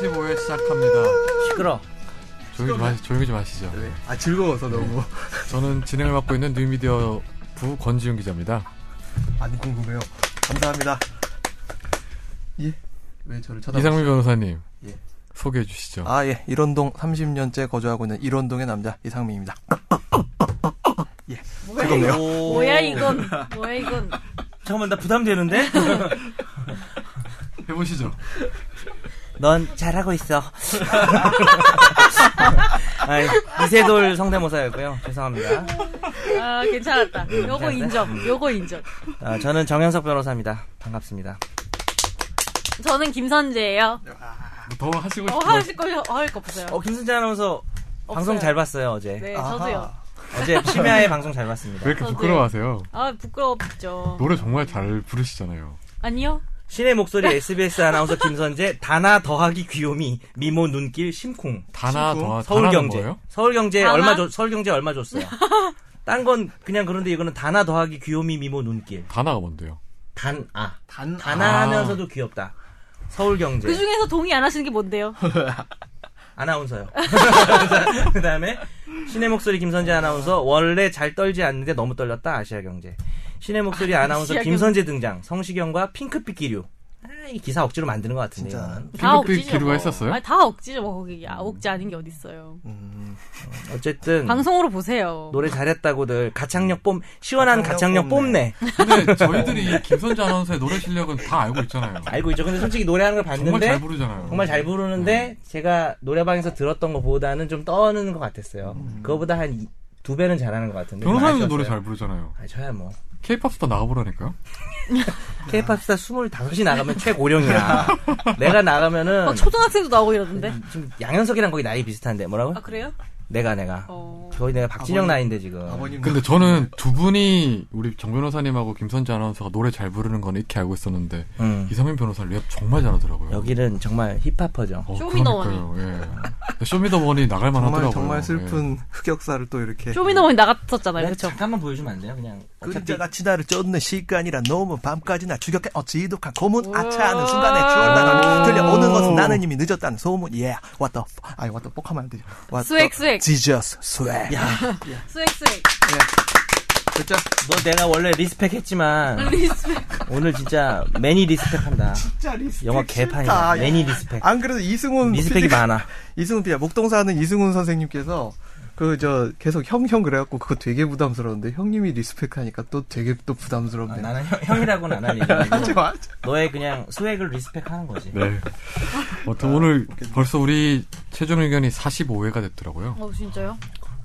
네, 시작합니다. 시끄러. 조용히 좀, 하시, 조용히 좀 하시죠. 네. 아 즐거워서 너무 저는 진행을 맡고 있는 뉴미디어 부 권지윤 기자입니다. 안 궁금해요. 감사합니다. 예. 왜 저를 쳐다보시 이상민 변호사님 예. 소개해 주시죠. 아, 예. 일원동 30년째 거주하고 있는 일원동의 남자 이상민입니다. 예. 즐겁네요. 뭐야 이건 뭐야 이건 잠깐만 나 부담되는데? 해보시죠. 넌 잘하고 있어. 아이, 이세돌 성대모사였고요. 죄송합니다. 아 괜찮았다 요거 인정 요거 인정 아, 저는 정현석 변호사입니다. 반갑습니다. 저는 김선재예요 더 하시고 어 싶은 하실 거요 하실 거 없어요 어, 김순재 아나운서 방송 없어요. 잘 봤어요, 어제. 네 아하. 저도요 어제 심야의 방송 잘 봤습니다. 왜 이렇게 저도요. 부끄러워하세요? 뭐? 아 부끄럽죠 노래 정말 음. 잘 부르시잖아요. 아니요 신의 목소리 SBS 아나운서 김선재, 다나 더하기 귀요미, 미모 눈길 심쿵. 다나 친구? 더 다나는 아, 서울경제. 거예요? 서울경제 다나? 얼마 줘, 서울경제 얼마 줬어요. 딴 건 그냥 그런데 이거는 다나 더하기 귀요미 미모 눈길. 다나가 뭔데요? 단, 아. 단 아. 가난하면서도 귀엽다. 네. 서울경제 그 중에서 동의 안 하시는 게 뭔데요 아나운서요. 그 다음에 신의 목소리 김선재 아나운서 원래 잘 떨지 않는데 너무 떨렸다 아시아경제. 신의 목소리 아나운서 아시아경제. 김선재 등장 성시경과 핑크빛 기류. 아, 이 기사 억지로 만드는 것 같은데. 진짜. 이거는. 다 핑크빛 억지죠 기류가 뭐. 있었어요? 아니, 다 억지죠 뭐 거기 아, 억지 아닌 게 어딨어요 음, 어쨌든 방송으로 보세요 노래 잘했다고들 가창력 뽐 시원한 가창력 가창력, 뽐내. 근데 저희들이 이 김선재 아나운서의 노래 실력은 다 알고 있잖아요. 알고 있죠. 근데 솔직히 노래하는 걸 봤는데 정말 잘 부르잖아요. 정말 잘 부르는데 제가 노래방에서 들었던 것보다는 좀 떠는 것 같았어요. 그거보다 한 두 배는 잘하는 것 같은데. 좀 변호사님도 아쉬웠어요. 음. 노래 잘 부르잖아요. 아, 저야 뭐. 케이팝 스타 네. 나가보라니까요. 케이팝 스타 25이 나가면 최고령이야. 내가 나가면은 막 어, 초등학생도 나오고 이러던데 음. 지금 양현석이랑 거의 나이 비슷한데 뭐라고? 아 그래요 내가 내가 어 거의 내가 박진영 아버님. 나이인데 지금. 아버님. 뭐 근데 저는 두 분이 우리 정 변호사님하고 김선재 아나운서가 노래 잘 부르는 건 이렇게 알고 있었는데 음. 이상민 변호사 랩 정말 잘하더라고요. 여기는 정말 힙합퍼죠. 어, 쇼미더머니. 그러니까요, 예. 쇼미더머니 나갈만 정말 하더라고요. 정말 예. 슬픈 흑역사를 또 이렇게 쇼미더머니 나갔었잖아요 그렇죠 잠깐만 보여주면 안 돼요? 그냥 어차피 그림자같이 그러니까 나를 쫓는 시간이란 놈은 밤까지나 추격해 어지독한 고문 우와. 아차하는 순간에 추월당함 들려오는 것은 나는 이미 늦었다는 소문 예 yeah. What the f- 아니 What the fuck 하면 안 되죠 What 스웩, the- 스웩. Jesus 스웩 스웩 스웩 진짜 너 내가 원래 리스펙했지만 리스펙 오늘 진짜 매니 리스펙한다. 진짜 리스펙 영화 싫다. 개판이다. 매니 리스펙. 안 아, 그래도 이승훈 리스펙이 PD 많아. 이승훈 피아 목동 사는 이승훈 선생님께서 그 저 계속 형 형 그래갖고 그거 되게 부담스러운데 형님이 리스펙하니까 또 되게 또 아, 부담스럽네. 나는 형, 형이라고는 안 하니까. 맞아 맞아. 너의 그냥 스웩을 리스펙하는 거지. 네. 아무튼 오늘 벌써 우리 최종 의견이 45회가 됐더라고요. 어 진짜요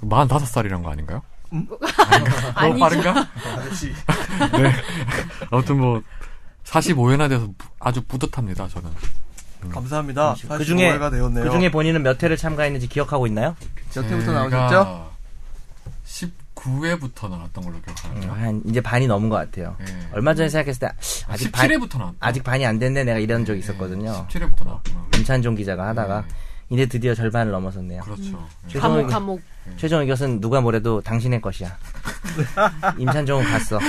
45살이란 거 아닌가요? 음? 아닌가? 너무 아니죠. 빠른가? 아저씨. 네. 아무튼 뭐 45회나 돼서 아주 뿌듯합니다. 저는. 감사합니다. 음. 그 중에 45회가 되었네요. 그 중에 본인은 몇 회를 참가했는지 기억하고 있나요? 몇 회부터 네, 나오셨죠? 19회부터 나왔던 걸로 기억하는데. 요 음. 한 이제 반이 넘은 것 같아요. 음. 예. 얼마 전에 생각했을 때 아직 반 17회부터 나왔다. 아직 반이 안 됐네 내가 이런 적이 있었거든요. 17회부터 나왔구나. 임찬종 기자가 하다가 네. 이제 드디어 절반을 넘어섰네요. 음. 그렇죠. 예. 최종 감옥 의견, 감옥 최종 의견은 누가 뭐래도 당신의 것이야. 임찬종은 갔어.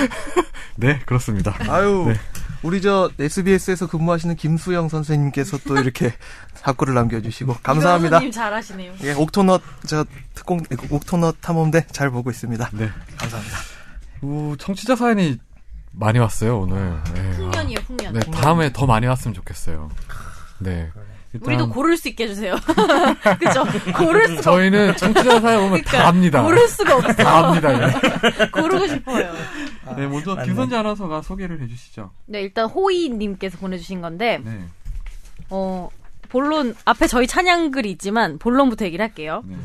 네, 그렇습니다. 아유 우리 저 SBS에서 근무하시는 김수영 선생님께서 또 이렇게 답글을 남겨주시고 감사합니다. 님 잘하시네요 예, 옥토넛 저 특공 옥토넛 탐험대 잘 보고 있습니다. 네. 감사합니다. 오, 청취자 사연이 많이 왔어요, 오늘. 예, 아. 풍년이에요 풍년 네, 다음에 더 많이 왔으면 좋겠어요. 네. 일단 우리도 고를 수 있게 해주세요. 그죠? 고를 수가 저희는 청취자 사연 보면 다 압니다. 그러니까 고를 수가 없어. 다 압니다. 예. 고르고 싶어요. 아, 네, 먼저 맞네. 김선재 아나운서가 소개를 해주시죠. 네, 일단 호이님께서 보내주신 건데, 네. 어, 본론, 앞에 저희 찬양글이 있지만, 본론부터 얘기를 할게요. 네.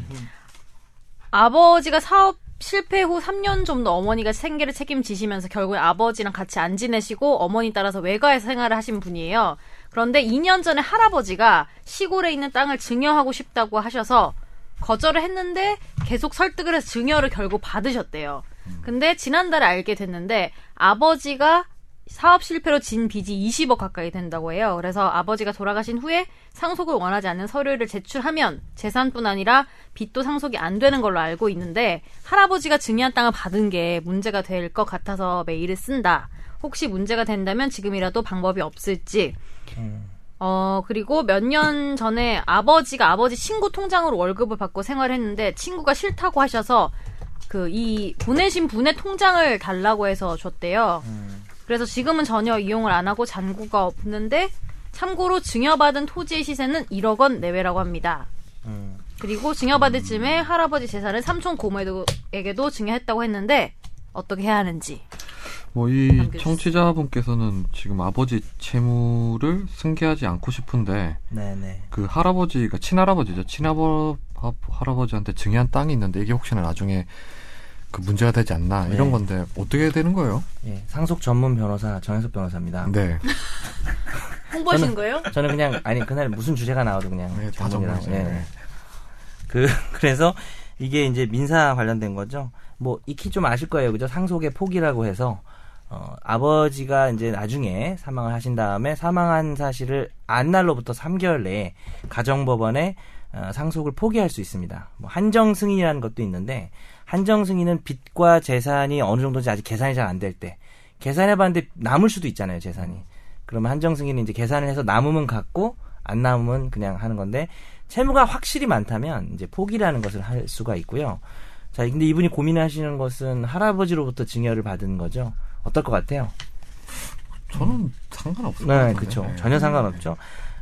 아버지가 사업 실패 후 3년 좀 더 어머니가 생계를 책임지시면서 결국에 아버지랑 같이 안 지내시고 어머니 따라서 외가의 생활을 하신 분이에요. 그런데 2년 전에 할아버지가 시골에 있는 땅을 증여하고 싶다고 하셔서 거절을 했는데 계속 설득을 해서 증여를 결국 받으셨대요. 근데 지난달에 알게 됐는데 아버지가 사업 실패로 진 빚이 20억 가까이 된다고 해요. 그래서 아버지가 돌아가신 후에 상속을 원하지 않는 서류를 제출하면 재산뿐 아니라 빚도 상속이 안 되는 걸로 알고 있는데 할아버지가 증여한 땅을 받은 게 문제가 될 것 같아서 메일을 쓴다. 혹시 문제가 된다면 지금이라도 방법이 없을지. 어, 그리고 몇 년 전에 아버지가 아버지 친구 통장으로 월급을 받고 생활했는데 친구가 싫다고 하셔서 그 이 보내신 분의 통장을 달라고 해서 줬대요. 그래서 지금은 전혀 이용을 안 하고 잔고가 없는데 참고로 증여받은 토지의 시세는 1억 원 내외라고 합니다. 음. 그리고 증여받을 쯤에 할아버지 재산을 삼촌 고모에게도 증여했다고 했는데 어떻게 해야 하는지. 뭐 이 남겨주세요. 청취자분께서는 지금 아버지 채무를 승계하지 않고 싶은데 네네. 그 할아버지가 친할아버지죠. 친아버 아, 할아버지한테 증여한 땅이 있는데 이게 혹시나 나중에 그 문제가 되지 않나 네. 이런 건데 어떻게 되는 거예요? 예, 상속 전문 변호사 정현석 변호사입니다. 네. 홍보하시는 거예요? 저는 그냥 아니 그날 무슨 주제가 나와도 그냥 네, 다 전문이라고. 정말이죠. 예. 네. 그 그래서 이게 이제 민사 관련된 거죠. 뭐 익히 좀 아실 거예요, 그죠? 상속의 포기라고 해서 어, 아버지가 이제 나중에 사망을 하신 다음에 사망한 사실을 안 날로부터 3개월 내에 가정법원에 어, 상속을 포기할 수 있습니다. 뭐 한정 승인이라는 것도 있는데 한정 승인은 빚과 재산이 어느 정도인지 아직 계산이 잘 안 될 때 계산해 봤는데 남을 수도 있잖아요, 재산이. 그러면 한정 승인은 이제 계산을 해서 남으면 갖고 안 남으면 그냥 하는 건데 채무가 확실히 많다면 이제 포기라는 것을 할 수가 있고요. 자, 근데 이분이 고민하시는 것은 할아버지로부터 증여를 받은 거죠. 어떨 것 같아요? 저는 상관없을 것 네, 같아요. 그렇죠. 전혀 상관없죠.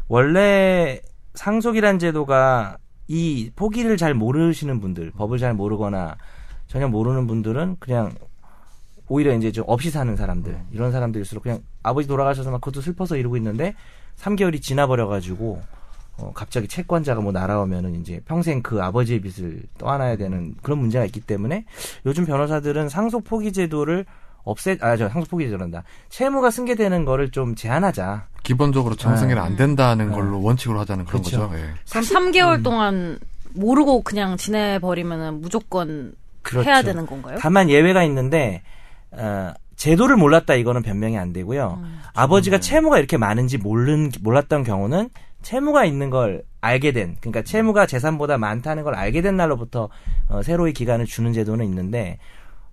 원래 상속이란 제도가 이 포기를 잘 모르시는 분들, 법을 잘 모르거나 전혀 모르는 분들은 그냥 오히려 이제 좀 없이 사는 사람들 이런 사람들일수록 그냥 아버지 돌아가셔서 막 그것도 슬퍼서 이러고 있는데 3개월이 지나버려가지고 어, 갑자기 채권자가 뭐 날아오면은 이제 평생 그 아버지의 빚을 떠안아야 되는 그런 문제가 있기 때문에 요즘 변호사들은 상속 포기 제도를 없애 아저 상속 포기 제도란다 채무가 승계되는 거를 좀 제한하자 기본적으로 정승이는 안 된다는 네. 걸로 원칙으로 하자는 그런 그렇죠. 거죠. 예. 3개월 동안 모르고 그냥 지내버리면 무조건 해야 되는 건가요? 그렇죠. 다만 예외가 있는데 어, 제도를 몰랐다 이거는 변명이 안 음, 되고요. 그렇죠. 네. 아버지가 채무가 이렇게 많은지 모른 몰랐던 경우는 채무가 있는 걸 알게 된 그러니까 채무가 재산보다 많다는 걸 알게 된 날로부터 어, 새로이 기간을 주는 제도는 있는데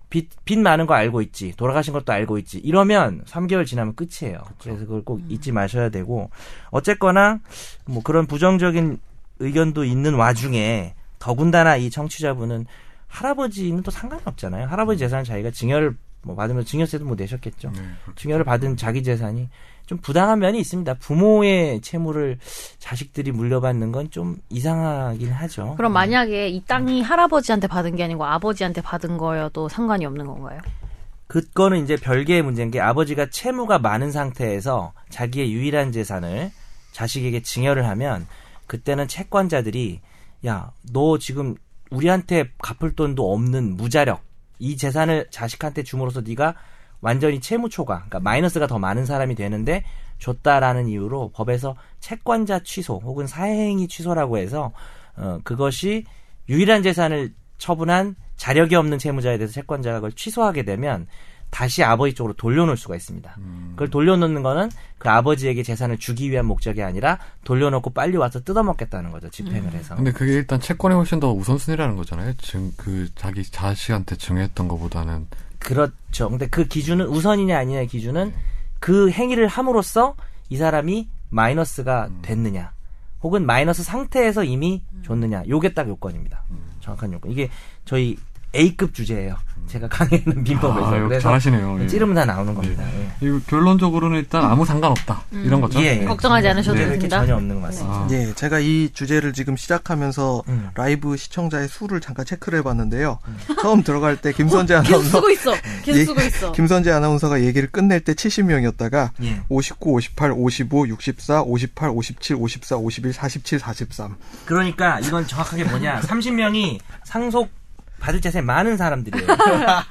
빚, 빚 많은 거 알고 있지 돌아가신 것도 알고 있지 이러면 3개월 지나면 끝이에요. 그래서 그걸 꼭 잊지 마셔야 되고 어쨌거나 뭐 그런 부정적인 의견도 있는 와중에 더군다나 이 청취자분은 할아버지는 또 상관이 없잖아요. 할아버지 재산 자기가 증여를 뭐 받으면 증여세도 뭐 내셨겠죠. 음. 증여를 받은 자기 재산이 좀 부당한 면이 있습니다. 부모의 채무를 자식들이 물려받는 건 좀 이상하긴 하죠. 그럼 만약에 이 땅이 할아버지한테 받은 게 아니고 아버지한테 받은 거여도 상관이 없는 건가요? 그거는 이제 별개의 문제인 게 아버지가 채무가 많은 상태에서 자기의 유일한 재산을 자식에게 증여를 하면 그때는 채권자들이 야 너 지금 우리한테 갚을 돈도 없는 무자력 이 재산을 자식한테 줌으로써 네가 완전히 채무 초과 그러니까 마이너스가 더 많은 사람이 되는데 줬다라는 이유로 법에서 채권자 취소 혹은 사행위 취소라고 해서 어, 그것이 유일한 재산을 처분한 자력이 없는 채무자에 대해서 채권자가 그걸 취소하게 되면 다시 아버지 쪽으로 돌려놓을 수가 있습니다. 그걸 돌려놓는 거는 그 아버지에게 재산을 주기 위한 목적이 아니라 돌려놓고 빨리 와서 뜯어먹겠다는 거죠. 집행을 해서. 음. 근데 그게 일단 채권이 훨씬 더 우선순위라는 거잖아요. 증, 그 자기 자식한테 증여했던 것보다는 그렇죠. 근데 그 기준은 우선이냐 아니냐의 기준은 그 행위를 함으로써 이 사람이 마이너스가 음. 됐느냐 혹은 마이너스 상태에서 이미 줬느냐 요게 딱 요건입니다. 음. 정확한 요건. 이게 저희 A급 주제예요. 제가 강의하는 민법에서. 아, 역시 그래서 잘하시네요. 예. 찌르면 다 나오는 겁니다. 예. 이거 결론적으로는 일단 아무 상관없다 음. 이런 거죠. 예, 예. 걱정하지 않으셔도 네, 이렇게 됩니다. 전혀 없는 것 같습니다. 아, 예, 제가 이 주제를 지금 시작하면서 음. 라이브 시청자의 수를 잠깐 체크를 해봤는데요. 처음 들어갈 때 김선재 계속 아나운서, 쓰고 있어. 계속 예. 쓰고 있어. 김선재 아나운서가 얘기를 끝낼 때 70명이었다가 예. 59, 58, 55, 64, 58, 57, 54, 51, 47, 43. 그러니까 이건 정확하게 뭐냐. 30명이 상속 받을 재산이 많은 사람들이에요.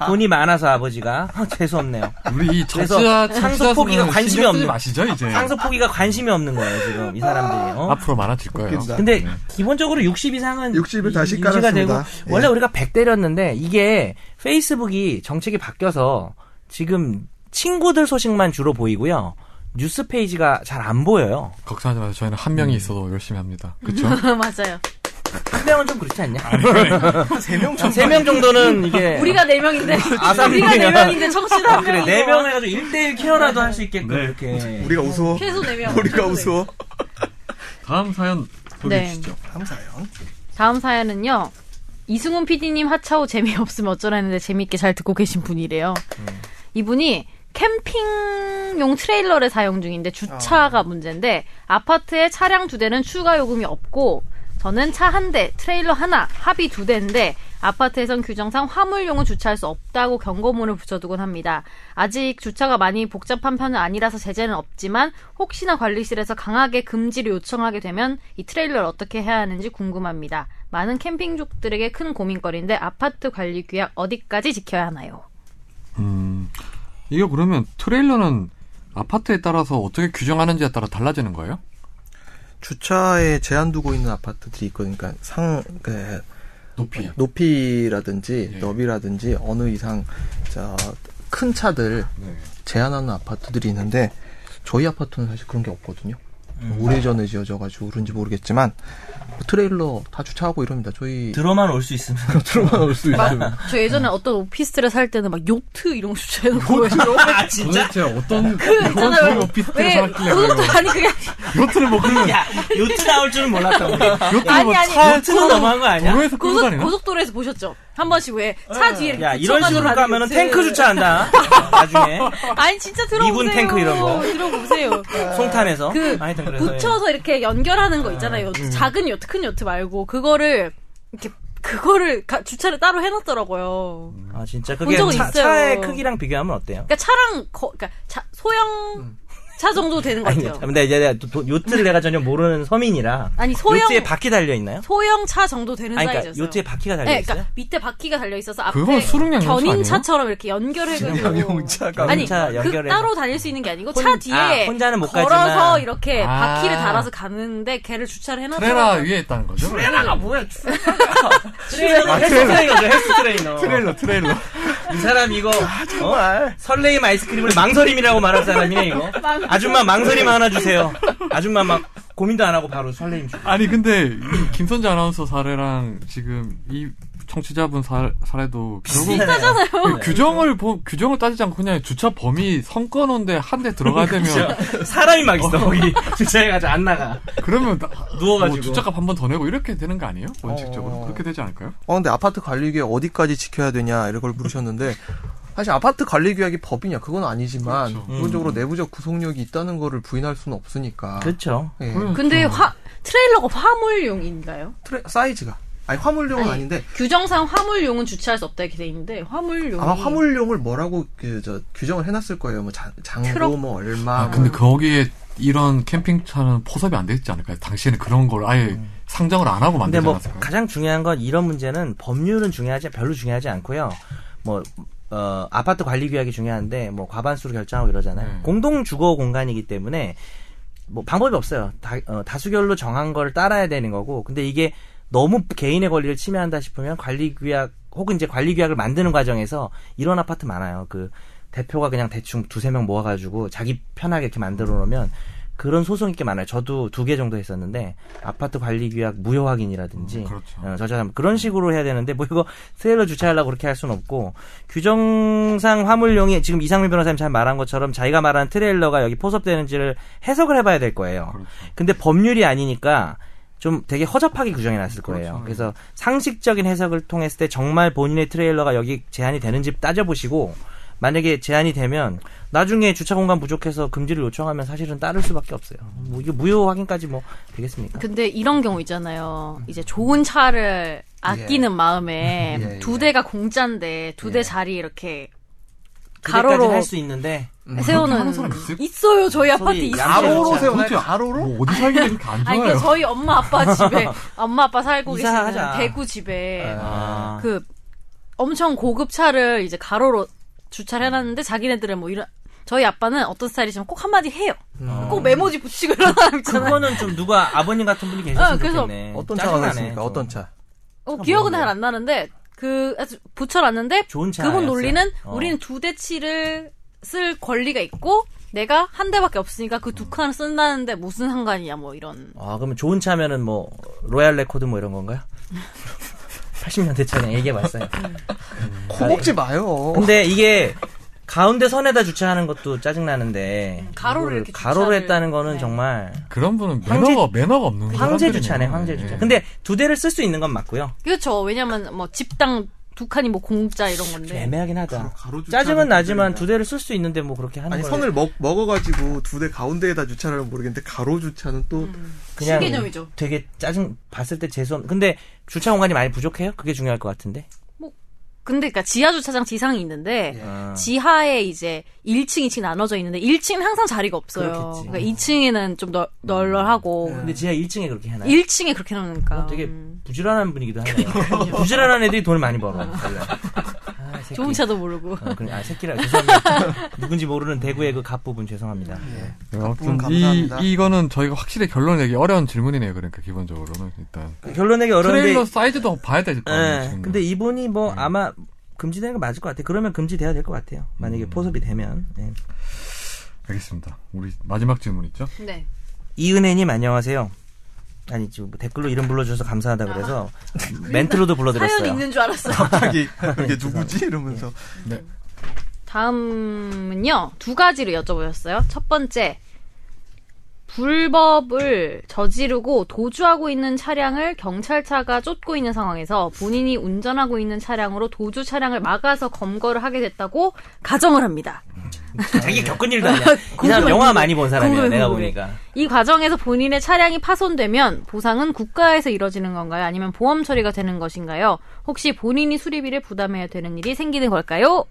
돈이 많아서 아버지가 아, 재수 없네요. 우리 이 그래서 청취자 상속 포기가 청취자분은 관심이 신경 쓰지 없는- 마시죠 네. 이제. 상속 포기가 관심이 없는 거예요 지금 이 사람들이. 어? 앞으로 많아질 거예요. 웃긴다. 근데 기본적으로 60 이상은 60을 네. 다시 유지가 깔았습니다. 되고 예. 원래 우리가 100 때렸는데 이게 페이스북이 정책이 바뀌어서 지금 친구들 소식만 주로 보이고요. 뉴스 페이지가 잘 안 보여요. 걱정하지 마세요. 저희는 한 명이 있어도 열심히 합니다. 그렇죠? 맞아요. 한 명은 좀 그렇지 않냐? 아, 네. 세명 정도는 이게 우리가 네 명인데 아삼 우리가 네 명이야. 명인데 청취자 한 그래 명이고 네 명 해가지고 1대1 케어라도 할 수 있게끔 네. 이렇게 우리가 우스워. 계속 네 명. 우리가 우스워. 다음 사연 소개해 네. 주시죠. 감사해요. 다음 사연은요. 이승훈 PD님 하차호 재미없으면 어쩌라 했는데 재미있게 잘 듣고 계신 분이래요. 이분이 캠핑용 트레일러를 사용 중인데 주차가 문제인데 아파트에 차량 두 대는 추가 요금이 없고 저는 차 한 대, 트레일러 하나, 합이 두 대인데 아파트에선 규정상 화물용은 주차할 수 없다고 경고문을 붙여두곤 합니다. 아직 주차가 많이 복잡한 편은 아니라서 제재는 없지만 혹시나 관리실에서 강하게 금지를 요청하게 되면 이 트레일러를 어떻게 해야 하는지 궁금합니다. 많은 캠핑족들에게 큰 고민거리인데 아파트 관리 규약 어디까지 지켜야 하나요? 음, 이게 그러면 트레일러는 아파트에 따라서 어떻게 규정하는지에 따라 달라지는 거예요? 주차에 제한 두고 있는 아파트들이 있거든요. 그러니까 상, 그, 높이. 높이라든지 예. 너비라든지 어느 이상 자, 큰 차들 네. 제한하는 아파트들이 있는데 저희 아파트는 사실 그런 게 없거든요. 음. 오래전에 지어져가지고 그런지 모르겠지만 뭐 트레일러 다 주차하고 이럽니다. 저희 들어만 올 수 있으면 들어만 올 수 있어요. 저 예전에 어떤 오피스텔에 살 때는 막 요트 이런 거 주차해놓고 아 진짜 도대체 어떤 그 있잖아요. 오피스텔에 왜 살았길래 그것도 아니 그게 요트를 뭐 그러면 야 요트 나올 줄은 몰랐다 우리. 요트를 아니, 뭐 아니, 차에 요트는 너무한 거 아니야? 도로에서 끌고 고속, 다니나? 고속도로에서 보셨죠? 한 번씩 왜 네. 차 뒤에 야 이렇게 이런 붙여가지고 식으로 가는 가면은 요트. 탱크 주차한다 나중에 아니 진짜 들어보세요. 미군 탱크 이런 거. 들어보세요. 송탄에서 그 하여튼 그래서 붙여서 이렇게 연결하는 거 있잖아요. 음. 요트. 작은 요트, 큰 요트 말고 그거를 이렇게 그거를 가- 주차를 따로 해놨더라고요. 아 진짜 본 그게 적은 차, 있어요. 차의 크기랑 비교하면 어때요? 그러니까 차랑 거, 그러니까 차- 음. 소형 차 정도 되는 것 아니, 같아요. 근데 이제 내가 또- 또 요트를 내가 전혀 모르는 서민이라 아니, 소형- 요트에 바퀴 달려 있나요? 소형 차 정도 되는 아니 그러니까 사이즈였어요. 요트에 바퀴가 달려 네, 있어요? 그러니까 밑에 바퀴가 달려 있어서 앞에 그건 수륙 양용차 아니에요? 견인차처럼 이렇게 연결해가지고 수륙 양용차가 아니 양용차 그 연결해서. 따로 다닐 수 있는 게 아니고 차 혼- 뒤에 아, 혼자는 못 걸어서 가지만. 이렇게 아. 바퀴를 달아서 가는데 걔를 주차를 트레라 해놨더라고요. 위에 있다는 거죠? 아, 아, 트레일러가 뭐야? 트레일러 헬스 트레이너죠 헬스 트레이너. 트레일러, 트레일러. 이 사람 이거 아, 정말 설레임 아이스크림을 망설임이라고 말할 사람이네 이거. 망설임. 아줌마 망설임 하나 주세요. 아줌마 막 고민도 안 하고 바로 설레임 주. 아니 근데 이 김선재 아나운서 사례랑 지금 이 청취자분 사, 사례도 결국 그 규정을 보, 규정을 따지지 않고 그냥 주차 범위 성건인데 한 대 들어가야 되면 사람이 막 있어 거기 주차해 가지고 안 나가. 그러면 나- 누워가지고. 뭐 주차값 한 번 더 내고 이렇게 되는 거 아니에요? 원칙적으로 어. 그렇게 되지 않을까요? 어, 근데 아파트 관리 규약 어디까지 지켜야 되냐 이런 걸 물으셨는데 사실 아파트 관리 규약이 법이냐 그건 아니지만 그렇죠. 기본적으로 내부적 구속력이 있다는 거를 부인할 수는 없으니까. 그렇죠. 예. 그럼 근데 화 트레일러가 화물용인가요? 트레- 사이즈가 아니 화물용은 아니, 아닌데 규정상 화물용은 주차할 수 없다 이렇게 돼 있는데 화물용 아마 화물용을 뭐라고 그 저 규정을 해놨을 거예요. 뭐 장, 장고 트럭? 뭐 얼마. 아, 근데 거기에 이런 캠핑차는 포섭이 안 됐지 않을까요? 당시에는 그런 걸 아예 상정을 안 하고 음. 근데 만들지 뭐 않았을까요? 가장 중요한 건 이런 문제는 법률은 중요하지 별로 중요하지 않고요. 뭐 어, 아파트 관리 규약이 중요한데 뭐 과반수로 결정하고 이러잖아요. 네. 공동 주거 공간이기 때문에 뭐 방법이 없어요. 다, 어, 다수결로 정한 걸 따라야 되는 거고. 근데 이게 너무 개인의 권리를 침해한다 싶으면 관리 규약 혹은 이제 관리 규약을 만드는 과정에서 이런 아파트 많아요. 그 대표가 그냥 대충 두세 명 모아가지고 자기 편하게 이렇게 만들어 놓으면 그런 소송이 꽤 많아요. 저도 두 개 정도 했었는데 아파트 관리 규약 무효 확인이라든지 음, 그렇죠. 어, 저자 그런 식으로 해야 되는데 뭐 이거 트레일러 주차하려고 그렇게 할 수는 없고 규정상 화물용이 지금 이상민 변호사님 잘 말한 것처럼 자기가 말한 트레일러가 여기 포섭되는지를 해석을 해봐야 될 거예요. 그렇죠. 근데 법률이 아니니까 좀 되게 허접하게 규정해 놨을 거예요. 그렇죠. 그래서 상식적인 해석을 통했을 때 정말 본인의 트레일러가 여기 제한이 되는지 따져보시고 만약에 제한이 되면 나중에 주차 공간 부족해서 금지를 요청하면 사실은 따를 수밖에 없어요. 뭐 이게 무효 확인까지 뭐 되겠습니까? 근데 이런 경우 있잖아요. 이제 좋은 차를 아끼는 마음에 예, 예. 두 대가 공짜인데 두 대 자리 이렇게 가로로 그 가로로 할수 있는데 그렇게 하는 사람 세우는 있을- 있어요. 저희 아파트 소리 있어요. 양심 가로로 진짜. 그렇죠. 세워놔요. 도대체 가로로? 뭐 어디 살길래 그렇게 안 아니 그 좋아요? 저희 엄마 아빠 집에 엄마 아빠 살고 계시는 이사하자. 대구 집에 아. 그 엄청 고급 차를 이제 가로로 주차를 해놨는데 자기네들은 뭐 이런 저희 아빠는 어떤 스타일이지만 꼭 한마디 해요. 꼭 메모지 붙이고 이런 사람 있잖아요. 그거는 좀 누가 아버님 같은 분이 계셨으면 어, 그래서 좋겠네. 어떤 차가 짜증나네, 났습니까? 좀. 어떤 차? 어, 기억은 잘 안 나는데 그 아주 붙여놨는데 좋은 차 그분 아니었어요? 논리는 어. 우리는 두 대치를 쓸 권리가 있고 내가 한 대밖에 없으니까 그 두 칸을 쓴다는데 무슨 상관이야 뭐 이런 아 그러면 좋은 차면은 뭐 로얄 레코드 뭐 이런 건가요? 음. 80년대 차 그냥 얘기해봤어요. 코 먹지 마요. 근데 이게 가운데 선에다 주차하는 것도 짜증나는데 음, 가로로 이거를 이렇게 가로로 주차를- 했다는 거는 네. 정말 그런 분은 황제- 매너가 매너가 없는 황제 사람들이네요. 주차네 황제 주차. 예. 근데 두 대를 쓸 수 있는 건 맞고요. 그렇죠. 왜냐면 뭐 집당 두 칸이 뭐 공짜 이런 좀 건데. 애매하긴 하다. 가로 주차는 짜증은 나지만 힘들다. 두 대를 쓸 수 있는데 뭐 그렇게 하는 아니 거 선을 먹 먹어가지고 두 대 가운데에다 주차를 하면 모르겠는데 가로 주차는 또 음. 그냥 신개념이죠. 되게 짜증 봤을 때 재수 없. 근데 주차 공간이 많이 부족해요? 그게 중요할 것 같은데. 근데 그러니까 지하 주차장 지상이 있는데 아. 지하에 이제 1층, 2층 나눠져 있는데 1층은 항상 자리가 없어요. 그렇겠지. 그러니까 2층에는 좀 널, 널널하고 근데 지하 1층에 그렇게 하나요? 1층에 그렇게 나오니까 어, 되게 음. 부지런한 분이기도 하네요. 부지런한 애들이 돈을 많이 벌어. 아, 새끼. 좋은 차도 모르고. 어, 그래, 아, 새끼라 죄송합니다. 누군지 모르는 대구의 그 갓 부분 죄송합니다. 네. 예. 네, 아무튼 덕분 이 감사합니다. 이거는 저희가 확실히 결론 내기 어려운 질문이네요. 그러니까 기본적으로는 일단 그 결론 내기 트레일러 어려운데. 사이즈도 봐야 될 거 예, 아니에요. 지금. 근데 이분이 뭐 아마 금지되는 거 맞을 것 같아요. 그러면 금지돼야 될 것 같아요. 만약에 포섭이 되면. 예. 알겠습니다. 우리 마지막 질문 있죠? 네. 이은혜님 안녕하세요. 아니 지금 뭐 댓글로 이름 불러주셔서 감사하다 그래서 멘트로도 아, 그러니까 사연 불러드렸어요. 있는 줄 알았어. 갑자기 네, 이게 누구지 이러면서 다음은요 두 가지를 여쭤보셨어요. 첫 번째 불법을 저지르고 도주하고 있는 차량을 경찰차가 쫓고 있는 상황에서 본인이 운전하고 있는 차량으로 도주 차량을 막아서 검거를 하게 됐다고 가정을 합니다. 자기 겪은 일도 아니야. 이 사람 영화 많이 본 사람이야. 궁금해, 내가 궁금해. 보니까. 이 과정에서 본인의 차량이 파손되면 보상은 국가에서 이뤄지는 건가요? 아니면 보험 처리가 되는 것인가요? 혹시 본인이 수리비를 부담해야 되는 일이 생기는 걸까요?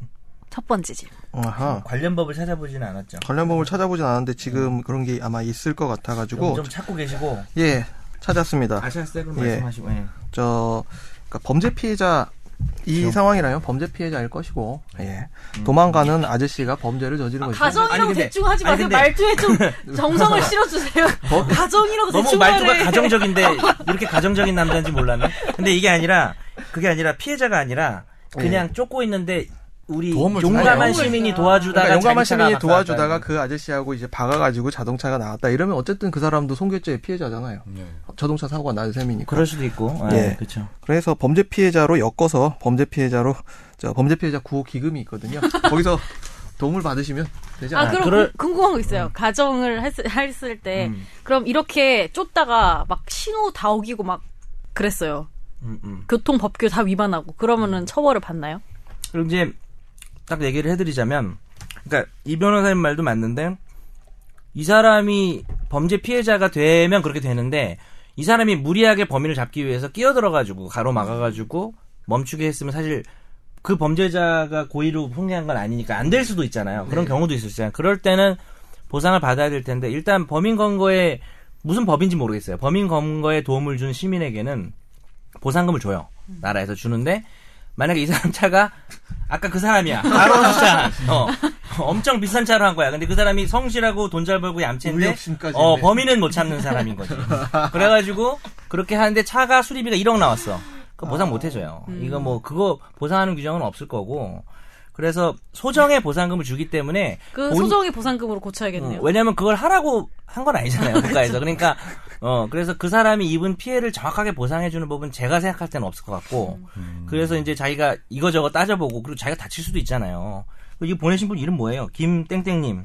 첫 번째 질문. 아하. 관련 법을 찾아보지는 않았죠. 관련 법을 찾아보진 않았는데 지금 그런 게 아마 있을 것 같아가지고 음. 좀 찾고 계시고 예 뭐, 찾았습니다. 아시안 스텝으로 예. 말씀하시고 예. 저 그러니까 범죄 피해자 이 그렇죠. 상황이라면 범죄 피해자일 것이고 예. 음. 도망가는 아저씨가 범죄를 저지른 것이죠. 아니, 가정이라고 근데- 대충 하지 아니, 마세요. 근데- 그뭐 말투에 좀 정성을 실어주세요. 가정이라고 너무 대충 말투가 말해. 가정적인데 이렇게 가정적인 남자인지 몰랐네. 근데 이게 아니라 그게 아니라 피해자가 아니라 그냥 쫓고 있는데 우리 도움을 주나요? 용감한 시민이 예. 그러니까 도와주다가 용감한 자기 차가 시민이 막 도와주다가 나왔다. 그 아저씨하고 이제 박아가지고 자동차가 나왔다 이러면 어쨌든 그 사람도 송교죄의 피해자잖아요. 네. 예. 자동차 사고가 난 셈이니까. 그럴 수도 있고. 예. 예. 그렇죠. 그래서 범죄 피해자로 엮어서 범죄 피해자로 저 범죄 피해자 구호 기금이 있거든요. 거기서 도움을 받으시면 되지 아, 않아요? 그럼 그럴- 구- 궁금한 거 있어요. 가정을 했을, 했을 때. 음. 그럼 이렇게 쫓다가 막 신호 다 어기고 막 그랬어요. 음, 음. 교통 법규 다 위반하고. 그러면은 처벌을 받나요? 그럼 이제 딱 얘기를 해드리자면, 그러니까 이 변호사님 말도 맞는데 이 사람이 범죄 피해자가 되면 그렇게 되는데 이 사람이 무리하게 범인을 잡기 위해서 끼어들어가지고 가로막아가지고 멈추게 했으면 사실 그 범죄자가 고의로 폭행한 건 아니니까 안 될 수도 있잖아요. 그런 경우도 있을 수 있잖아요. 그럴 때는 보상을 받아야 될 텐데 일단 범인 검거에 무슨 법인지 모르겠어요. 범인 검거에 도움을 준 시민에게는 보상금을 줘요. 나라에서 주는데 만약에 이 사람 차가 아까 그 사람이야. 바로 차. 어. 엄청 비싼 차로 한 거야. 근데 그 사람이 성실하고 돈 잘 벌고 얌체인데 의욕심까지 어, 있네. 범인은 못 참는 사람인 거지. 그래가지고 그렇게 하는데 차가 수리비가 1억 나왔어. 그거 보상 못 해줘요. 이거 뭐 그거 보상하는 규정은 없을 거고. 그래서 소정의 보상금을 주기 때문에 그 본- 소정의 보상금으로 고쳐야겠네요. 어, 왜냐면 그걸 하라고 한 건 아니잖아요 국가에서 그러니까 어 그래서 그 사람이 입은 피해를 정확하게 보상해주는 법은 제가 생각할 때는 없을 것 같고 그래서 이제 자기가 이거저거 따져보고 그리고 자기가 다칠 수도 있잖아요 이거 보내신 분 이름 뭐예요 김땡땡님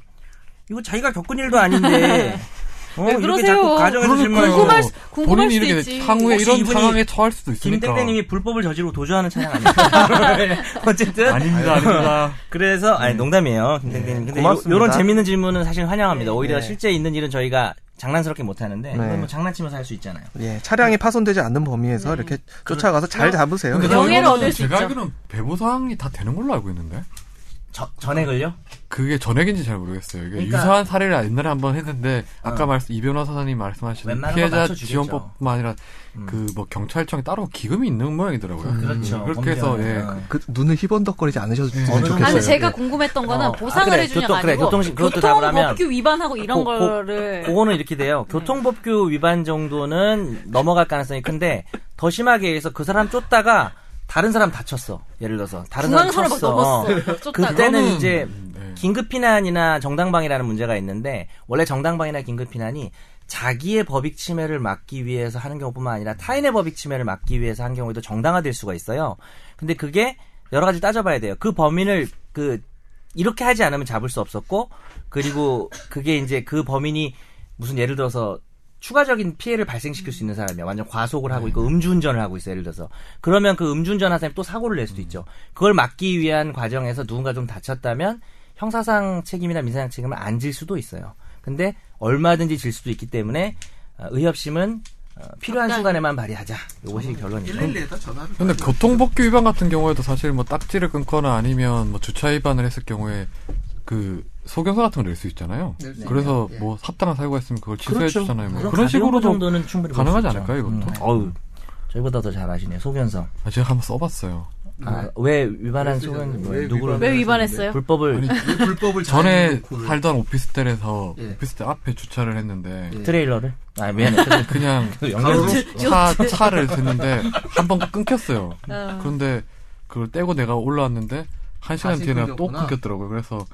이거 자기가 겪은 일도 아닌데 어 왜 이렇게 그러세요? 자꾸 가정의 그러니까요. 질문을 뭐 궁금할 수- 궁금할 본인이 수도 이렇게 있지. 향후에 혹시 이런 이분이 상황에 처할 수도 있으니까. 김땡땡님이 불법을 저지르고 도주하는 차량 아니에요 네. 어쨌든 아닙니다, 아닙니다. 그래서 아니 농담이에요. 근데, 근데 요, 고맙습니다. 요런 재밌는 질문은 사실 환영합니다. 오히려 네. 실제 있는 일은 저희가 장난스럽게 못 하는데 네. 뭐 장난치면서 할 수 있잖아요. 예, 차량이 파손되지 않는 범위에서 이렇게 쫓아가서 잘 잡으세요. 근데 명예를 저희는 얻을 수 제가 있죠. 알기로는 배보상이 다 되는 걸로 알고 있는데. 저, 전액을요? 그게 전액인지 잘 모르겠어요. 이게 그러니까- 유사한 사례를 옛날에 한번 했는데 아까 어. 말씀 이 변호사님 말씀하신 웬만한 거 피해자 맞춰주겠죠. 음. 지원법뿐만 아니라 그 뭐 경찰청에 따로 기금이 있는 모양이더라고요. 그렇죠. 그렇게 해서 예. 범죄는. 그 눈을 희번덕거리지 않으셨으면 어느 정도- 아, 좋겠어요. 근데 제가 궁금했던 거는 어, 보상을 아, 그래. 해주냐 교통- 그래, 아니고 교통시- 그것도 교통 답을 하면- 법규 위반하고 이런 고- 고- 거를 네. 그거는 이렇게 돼요. 교통법규 위반 정도는 넘어갈 가능성이 큰데 더 심하게 해서 그 사람 쫓다가 다른 사람 다쳤어. 예를 들어서 다른 사람 중앙선을 막 쳤어. 넘었어. 어. 쫓다가. 그때는 그거는- 이제 네. 긴급 피난이나 정당방위라는 문제가 있는데 원래 정당방위나 긴급 피난이 자기의 법익 침해를 막기 위해서 하는 경우뿐만 아니라 타인의 법익 침해를 막기 위해서 한 경우에도 정당화될 수가 있어요. 근데 그게 여러 가지 따져봐야 돼요. 그 범인을 그 이렇게 하지 않으면 잡을 수 없었고 그리고 그게 이제 그 범인이 무슨 예를 들어서 추가적인 피해를 발생시킬 음. 수 있는 사람이야. 완전 과속을 네. 하고 있고 음주운전을 하고 있어. 예를 들어서 그러면 그 음주운전 한 사람이 또 사고를 낼 수도 있죠. 그걸 막기 위한 과정에서 누군가 좀 다쳤다면 형사상 책임이나 민사상 책임을 안 질 수도 있어요. 근데 얼마든지 질 수도 있기 때문에 어, 의협심은 어, 필요한 순간에만 발휘하자. 음. 이것이 결론이죠. 111에다 전화를. 근데 교통법규 위반 같은 경우에도 사실 뭐 딱지를 끊거나 아니면 뭐 주차 위반을 했을 경우에 그 소견서 같은 걸 낼 수 있잖아요. 낼수 그래서 있네요. 예. 뭐 합당한 사유가 있으면 그걸 취소해 그렇죠. 주잖아요. 뭐 그런 그렇죠. 그런 가벼운 식으로도 정도는 충분히 볼수 가능하지 있죠. 않을까요, 이것도? 어우, 저희보다 더 잘하시네요. 소견서. 아, 제가 한번 써봤어요. 아, 왜 위반한 소견 음. 왜 누구를 위반을 왜 위반했어요? 불법을 불법을 전에 잘해놓고 살던 오피스텔에서 예. 오피스텔 앞에 주차를 했는데 예. 트레일러를 아 미안해 그냥 가로로 차, 차를 댔는데 한 번 끊겼어요. 어. 그런데 그걸 떼고 내가 올라왔는데 한 시간 다시 뒤에 내가 또 끊겼구나. 아. 끊겼더라고요. 그래서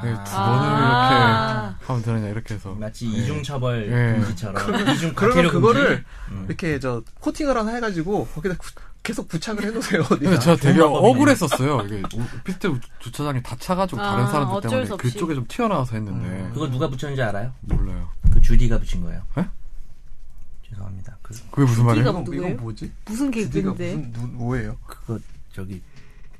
이게 두 번을 아. 이렇게 하면 되느냐 이렇게 해서 아, 네. 마치 예. 이중처벌 예. 금지처럼 이중 그러면 과태료 그거를 금지. 이렇게 저 코팅을 하나 해가지고 거기다 구- 계속 부착을 해놓으세요. 어디다. 근데 제가 되게 좋은 방법이네. 억울했었어요. 이게 오피스텔 주차장이 다 차가지고 아, 다른 사람들 어쩔 수 때문에 없이. 그쪽에 좀 튀어나와서 했는데 음, 그거 누가 붙였는지 알아요? 몰라요. 그 주디가 붙인 거예요. 네? 에? 죄송합니다. 그 그게 무슨 말이에요? 네가 이건, 누구예요? 이건 뭐지? 무슨 주디가 계획인데? 무슨 누, 뭐예요? 그거 저기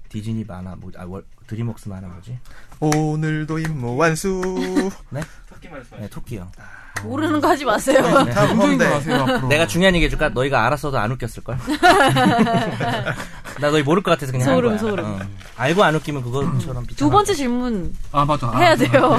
디즈니 만화 뭐 아 드림웍스 만화 뭐지? 오늘도 임무 완수. 네, 토끼요. 모르는 거 하지 마세요. 네. 다 운동인 거 뭔데? 아세요 앞으로? 내가 중요한 얘기 해줄까? 너희가 알았어도 안 웃겼을 걸. 나 너희 모를 것 같아서 그냥 한 소름, 거야. 소름. 어. 알고 안 웃기면 그것처럼 두 비참하다. 번째 질문 아 맞아. 아, 해야 맞아. 돼요.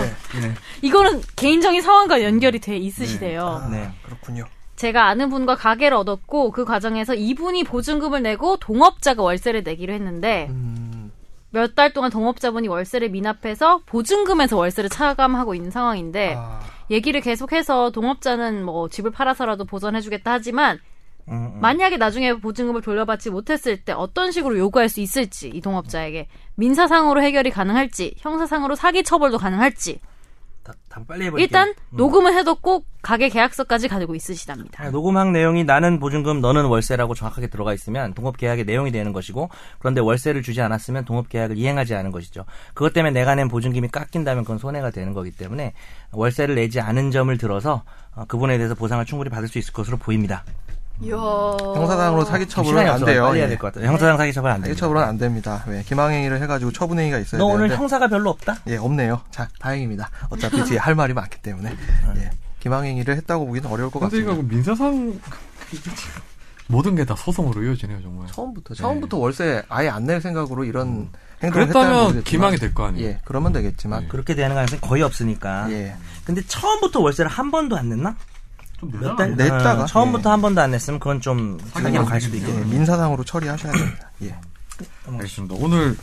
네. 이거는 개인적인 상황과 연결이 돼 있으시대요. 아, 네. 그렇군요. 제가 아는 분과 가게를 얻었고 그 과정에서 이분이 보증금을 내고 동업자가 월세를 내기로 했는데 음, 몇 달 동안 동업자분이 월세를 미납해서 보증금에서 월세를 차감하고 있는 상황인데 아, 얘기를 계속해서 동업자는 뭐 집을 팔아서라도 보전해주겠다 하지만 음, 음. 만약에 나중에 보증금을 돌려받지 못했을 때 어떤 식으로 요구할 수 있을지 이 동업자에게 민사상으로 해결이 가능할지 형사상으로 사기 처벌도 가능할지 다, 다 빨리 해볼게. 일단 녹음을 해뒀고 가게 계약서까지 가지고 있으시답니다. 아, 녹음한 내용이 나는 보증금, 너는 월세라고 정확하게 들어가 있으면 동업 계약의 내용이 되는 것이고 그런데 월세를 주지 않았으면 동업 계약을 이행하지 않은 것이죠. 그것 때문에 내가 낸 보증금이 깎인다면 그건 손해가 되는 거기 때문에 월세를 내지 않은 점을 들어서 어, 그분에 대해서 보상을 충분히 받을 수 있을 것으로 보입니다. 이야. 네. 어. 형사상으로 사기 처벌은 안 돼요. 빨리 해야 예. 될 것 같아요. 형사상 사기 처벌 안 사기 됩니다. 처벌은 안 됩니다. 왜? 기망행위를 해가지고 처분행위가 있어야 너 오늘 되는데. 형사가 별로 없다? 예, 없네요. 자, 다행입니다. 어차피 뒤에 할 말이 많기 때문에. 예. 기망행위를 했다고 보기는 어려울 것 근데 같습니다. 이거 그 민사상 모든 게 다 소송으로 이어지네요 정말. 처음부터 음. 처음부터 월세 아예 안 낼 생각으로 이런 행동을 했다는 그랬다면 거겠지만, 기망이 될 거 아니에요. 예, 그러면 되겠지만 그렇게 되는 가능성이 거의 없으니까. 예. 근데 처음부터 월세를 한 번도 안 냈나? 몇 달? 냈다가? 어, 처음부터 예. 한 번도 안 냈으면 그건 좀 사기로 갈 수도 예, 있겠네요. 민사상으로 처리하셔야 됩니다. 예. 알겠습니다. 오늘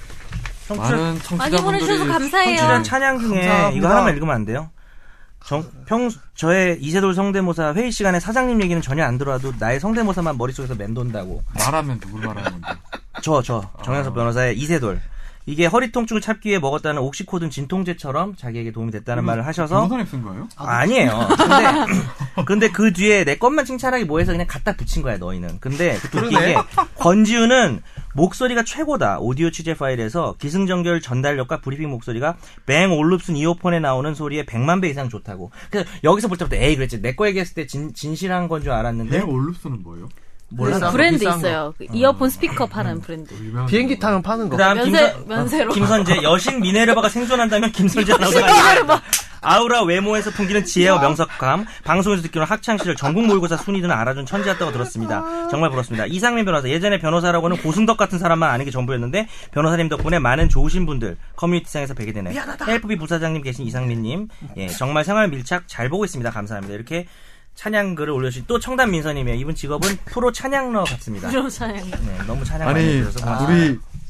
많은 많이 보내주셔서 청취자분들이 감사해요. 청취자 찬양 중에 감사합니다. 이거 하나만 읽으면 안 돼요? 정, 평, 저의 이세돌 성대모사 회의 시간에 사장님 얘기는 전혀 안 들어와도 나의 성대모사만 머릿속에서 맴돈다고. 말하면 누굴 말하는 건데. 저, 저, 정현석 변호사의 이세돌. 이게 허리 통증을 찾기 위해 먹었다는 옥시코든 진통제처럼 자기에게 도움이 음. 됐다는 말을 하셔서 변호사님 쓴 거예요? 아니에요. 근데, 근데 그 뒤에 내 것만 칭찬하기 뭐해서 그냥 갖다 붙인 거야, 너희는. 근데 그 웃기게 권지우는 목소리가 최고다. 오디오 취재 파일에서 기승전결 전달력과 브리핑 목소리가 뱅 올룹슨 이어폰에 나오는 소리에 100만 배 이상 좋다고. 그래서 여기서 볼 때부터 에이 그랬지. 내 거 얘기했을 때 진, 진실한 건 줄 알았는데 네. 올룹스는 뭐예요? 비싼 거, 그 브랜드 비싼 거. 있어요. 그 이어폰 스피커 파는 브랜드. 유명한 비행기 타면 파는 거. 그다음 면세 김선, 면세로. 김선재 여신 미네르바가 생존한다면 김선재 아나운서가 미네르바. 아우라 외모에서 풍기는 지혜와 명석함 방송에서 듣기로는 학창시절 전국 모의고사 순위는 알아준 천재였다고 들었습니다 정말 부럽습니다 이상민 변호사 예전에 변호사라고는 고승덕 같은 사람만 아는 게 전부였는데 변호사님 덕분에 많은 좋으신 분들 커뮤니티상에서 뵈게 되네요 헬프비 부사장님 계신 이상민님 예, 정말 생활 밀착 잘 보고 있습니다 감사합니다 이렇게 찬양 글을 올려주신 또 청담 민서님이에요 이분 직업은 프로 찬양러 같습니다 이런 사양. 네, 너무 찬양 많이 아니 해주셔서 고맙습니다.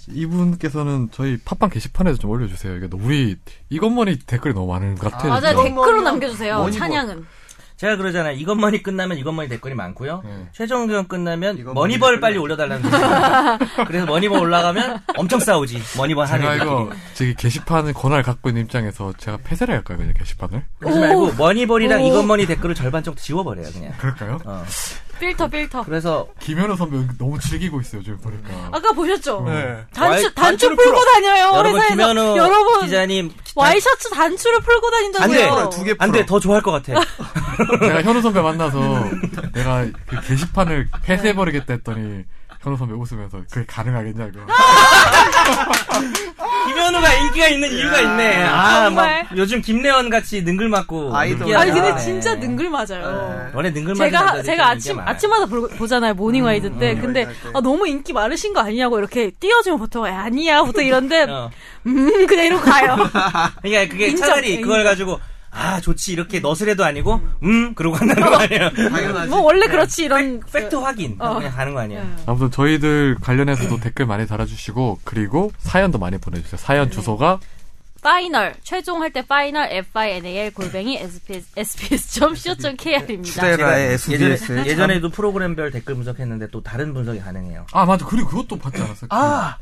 우리 이분께서는 저희 팟빵 게시판에서 좀 올려주세요. 이게 너무 우리 이것만이 댓글이 너무 많은 것그 같아요. 맞아요. 뭐, 진짜. 댓글로 남겨주세요. 뭐니 뭐. 찬양은. 제가 그러잖아요. 이것만이 끝나면 이것만이 댓글이 많고요. 네. 최종 의견 끝나면 이것만이 머니벌 댓글이 빨리 올려달라는 거예요. 그래서 머니벌 올라가면 엄청 싸우지. 머니벌 제가 하는 이거 애들끼리. 저기 게시판을 권한을 갖고 있는 입장에서 제가 폐쇄를 할까요? 그냥 게시판을 그러지 말고 머니벌이랑 이것만이 댓글을 절반 정도 지워버려요. 그냥. 그럴까요? 어. 필터 필터. 그래서 김현우 선배 너무 즐기고 있어요 지금 보니까. 아까 그- 보셨죠? 네. 단추 음. 와이- 단추 단추를 풀고 풀어. 다녀요 여러분 회사에서. 김현우 여러분 기자님 와이셔츠 단추를 풀고 다닌다고요. 안 돼. 풀어요, 두개 풀어. 안돼 더 좋아할 것 같아. 내가 현우 선배 만나서 내가 그 게시판을 폐쇄해버리겠다 했더니 현우 선배 웃으면서 그게 가능하겠냐고. 김현우가 인기가 있는 이유가 있네. 아, 정말. 막 요즘 김래원 같이 능글맞고 아이돌. 인기가 아니 근데 많네. 네. 진짜 능글 맞아요. 원래 능글맞은 제가 남자들이 제가 좀 아침 인기가 많아요. 음, 아침마다 볼- 보잖아요 모닝와이드 때 근데 모닝와이드 할 때. 아, 너무 인기 많으신 거 아니냐고 이렇게 띄워주면 보통 야, 아니야 보통 이런데 어. 음 그냥 이러고 가요 그러니까 그게 인정, 네, 차라리 그걸 인정. 가지고 아 좋지 이렇게 너스레도 아니고 음 그러고 간다는 어. 거 아니에요. 네. 당연하지. 뭐 원래 그렇지 이런 팩트 확인 어. 그냥 가는 거 네. 아니에요. 아무튼 저희들 관련해서도 댓글 많이 달아주시고 그리고 사연도 많이 보내주세요. 네. 사연 주소가 파이널 최종 할 때 파이널 f i n a l 골뱅이 sps sps.co.kr입니다 스테라의 예전에, SBS. 참- 예전에도 프로그램별 댓글 분석했는데 또 다른 분석이 가능해요. 아 맞아 그리고 그것도 받지 않았어요. 아,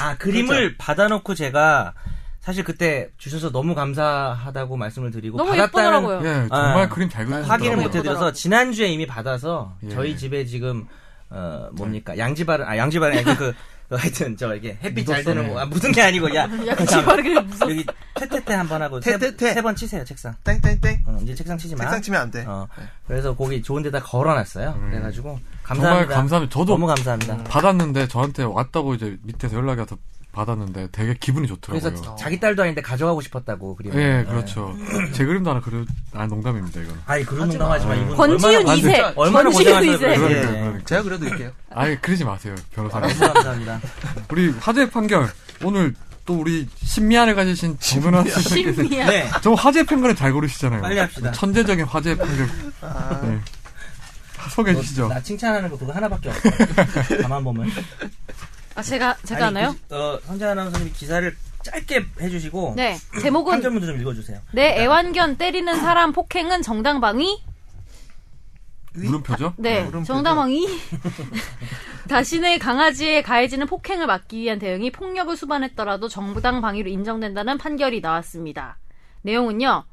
아 그림을 받아놓고 제가 사실 그때 주셔서 너무 감사하다고 말씀을 드리고 너무 받았다는 예쁘더라고요. 예 정말 아. 그림 잘 그리셨더라고요. 확인을 너무 못해드려서 예쁘더라고요. 지난주에 이미 받아서 예. 저희 집에 지금 어 뭡니까 양지바른 아 양지바른 아니 그, 그 하여튼 저 이게 햇빛 잘 드는 거 아, 묻은 게 아니고 야 양지바른 게뭐 무섭- 여기 테테테 한번 하고 테테테. 세번 치세요 책상 땡땡땡. 어, 이제 책상 치지 마 책상 치면 안 돼. 어 그래서 거기 좋은 데다 걸어놨어요 그래가지고 감사합니다 정말 감사합니다. 저도 음, 너무 감사합니다 받았는데 저한테 왔다고 이제 밑에서 연락이 와서 받았는데 되게 기분이 좋더라고요. 그래서 네. 자기 딸도 아닌데 가져가고 싶었다고 그림 예, 그렇죠. 제 그림도 하나 그려, 아, 농담입니다, 이거는. 아이 그런 농담하지 마 이분 권지윤 얼마나- 이세. 진짜 얼마나 권지윤 고생하셨어요 이세. 그래서. 그러니까, 예. 그러니까. 제가 그래도 이게요. 아니, 그러지 마세요, 변호사님. 너무 감사합니다 우리 화재 판결, 오늘 또 우리 신미안을 가지신 정근환 선생님께서. 심미야 네 저 화재 판결을 잘 고르시잖아요. 빨리 합시다. 아. 천재적인 화재 판결. 네. 소개해 주시죠. 뭐, 나 칭찬하는 거 그거 하나밖에 없어. 가만 보면. 아 제가 제가 아니, 하나요? 그, 어, 선재 아나운서님이 기사를 짧게 해주시고 네 한 제목은 절문도 좀 읽어주세요. 내 애완견 때리는 사람 폭행은 정당방위? 물음표죠? 네, 물음표죠. 정당방위. 자신의 강아지에 가해지는 폭행을 막기 위한 대응이 폭력을 수반했더라도 정당방위로 인정된다는 판결이 나왔습니다. 내용은요.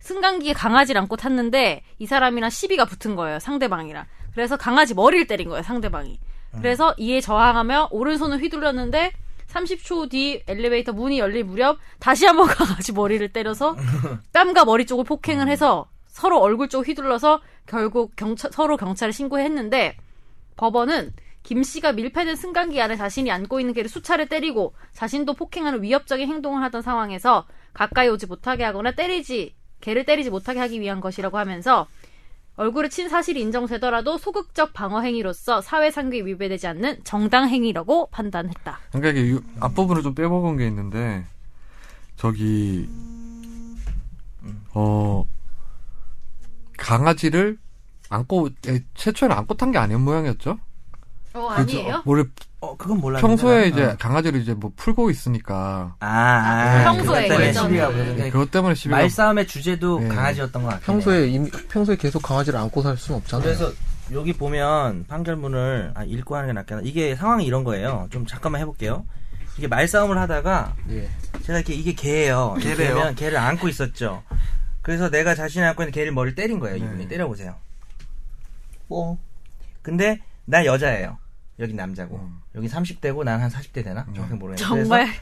승강기에 강아지를 안고 탔는데 이 사람이랑 시비가 붙은 거예요. 상대방이랑. 그래서 강아지 머리를 때린 거예요. 상대방이. 그래서 이에 저항하며 오른손을 휘둘렀는데 30초 뒤 엘리베이터 문이 열릴 무렵 다시 한번 강아지 머리를 때려서 뺨과 머리 쪽을 음. 폭행을 해서 서로 얼굴 쪽 휘둘러서 결국 경찰- 서로 경찰에 신고했는데 법원은 김 씨가 밀폐된 승강기 안에 자신이 안고 있는 개를 수차례 때리고 자신도 폭행하는 위협적인 행동을 하던 상황에서 가까이 오지 못하게 하거나 때리지 개를 때리지 못하게 하기 위한 것이라고 하면서 얼굴에 친 사실이 인정되더라도 소극적 방어 행위로서 사회 상규에 위배되지 않는 정당 행위라고 판단했다. 그러니까 이게 유- 앞부분을 좀 빼먹은 게 있는데 저기 어 강아지를 안고 에, 최초에는 안고 탄 게 아닌 모양이었죠? 어 그죠? 원래 어 그건 몰라. 평소에 이제 강아지를 이제 뭐 풀고 있으니까 아, 아 평소에 그것 때문에 예전에. 시비가 무슨 네, 그것 때문에 시비가 말싸움의 주제도 네. 강아지였던 것 같아요. 평소에 이미 평소에 계속 강아지를 안고 살 수는 없잖아요. 그래서 여기 보면 판결문을 아, 읽고 하는 게 낫겠나? 이게 상황이 이런 거예요. 좀 잠깐만 해볼게요. 이게 말싸움을 하다가 예. 제가 이렇게 이게 개예요. 개래요. 개면 개를 안고 있었죠. 그래서 내가 자신이 안고 있는 개를 머리 때린 거예요. 이분이 네. 때려보세요. 뭐 근데 나 여자예요. 여기 남자고. 음. 여기 30대고 난 한 40대 되나? 정확히 모르겠는데. 정말 그래서,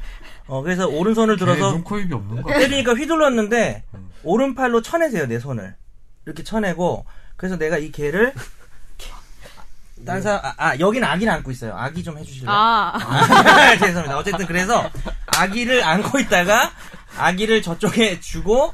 어, 그래서 오른손을 들어서 들어서 네, 눈코입이 없는 거. 때리니까 휘둘렀는데 음. 오른팔로 쳐내세요, 내 손을. 이렇게 쳐내고 그래서 내가 이 개를 다른 사람 아, 아 여긴 아기를 안고 있어요. 아기 좀 해주실래요? 아 아, 죄송합니다. 어쨌든 그래서 아기를 안고 있다가 아기를 저쪽에 주고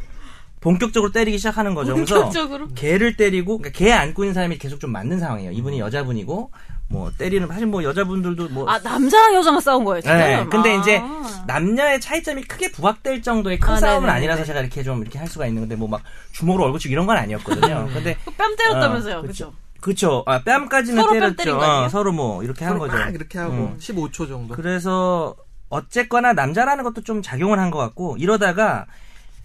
본격적으로 때리기 시작하는 거죠. 그래서 본격적으로? 개를 때리고 그러니까 개 안고 있는 사람이 계속 좀 맞는 상황이에요. 이분이 여자분이고 뭐 때리는 사실 뭐 여자분들도 뭐 아 남자랑 여자만 싸운 거예요 지금. 네, 근데 아. 이제 남녀의 차이점이 크게 부각될 정도의 큰 아, 싸움은 네네네. 아니라서 제가 이렇게 좀 이렇게 할 수가 있는 건데 뭐 막 주먹으로 얼굴 치고 이런 건 아니었거든요. 근데 그뺨 때렸다면서요, 어, 그렇죠? 그쵸. 아, 뺨까지는 서로 뺨 때렸죠. 때린 거 아니에요? 어, 서로 뭐 이렇게 한 거죠. 막 이렇게 하고 음. 15초 정도. 그래서 어쨌거나 남자라는 것도 좀 작용을 한 것 같고 이러다가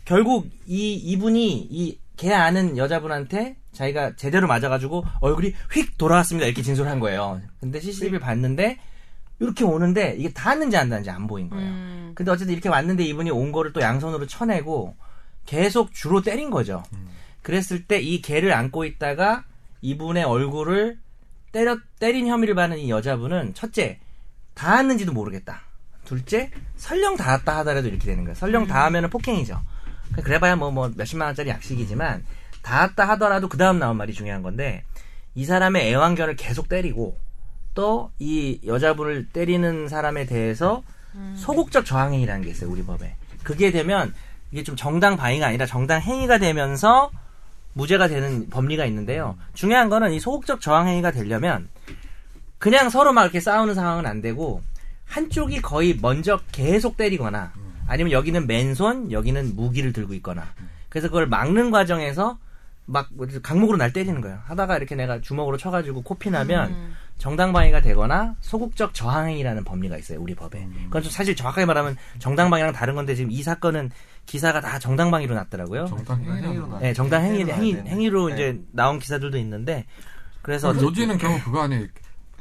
결국 이 이분이 이 개 아는 여자분한테 자기가 제대로 맞아가지고 얼굴이 휙 돌아왔습니다 이렇게 진술을 한 거예요. 근데 CCTV를 봤는데 이렇게 오는데 이게 닿았는지 안 닿았는지 안 보인 거예요. 음. 근데 어쨌든 이렇게 왔는데 이분이 온 거를 또 양손으로 쳐내고 계속 주로 때린 거죠. 그랬을 때 이 개를 안고 있다가 이분의 얼굴을 때려 때린 혐의를 받는 이 여자분은 첫째 닿았는지도 모르겠다. 둘째 설령 닿았다 하더라도 이렇게 되는 거예요. 설령 닿으면 폭행이죠. 그래봐야 뭐 뭐 몇십만 원짜리 약식이지만 닿았다 하더라도 그 다음 나온 말이 중요한 건데 이 사람의 애완견을 계속 때리고 또 이 여자분을 때리는 사람에 대해서 소극적 저항행위라는 게 있어요 우리 법에 그게 되면 이게 좀 정당 방위가 아니라 정당 행위가 되면서 무죄가 되는 법리가 있는데요 중요한 거는 이 소극적 저항행위가 되려면 그냥 서로 막 이렇게 싸우는 상황은 안 되고 한쪽이 거의 먼저 계속 때리거나 아니면 여기는 맨손 여기는 무기를 들고 있거나 그래서 그걸 막는 과정에서 막뭐 강목으로 날 때리는 거예요 하다가 이렇게 내가 주먹으로 쳐가지고 코피 나면 정당방위가 되거나 소극적 저항행위라는 법리가 있어요 우리 법에 그건 좀 사실 정확하게 말하면 정당방위랑 다른 건데 지금 이 사건은 기사가 다 정당방위로 났더라고요 정당 행위로 행위로. 나- 네, 정당 행위, 행위로 행위, 해야 되네. 행위로 네. 이제 나온 기사들도 있는데 그래서 어쨌든- 요지는 결국 그거 아니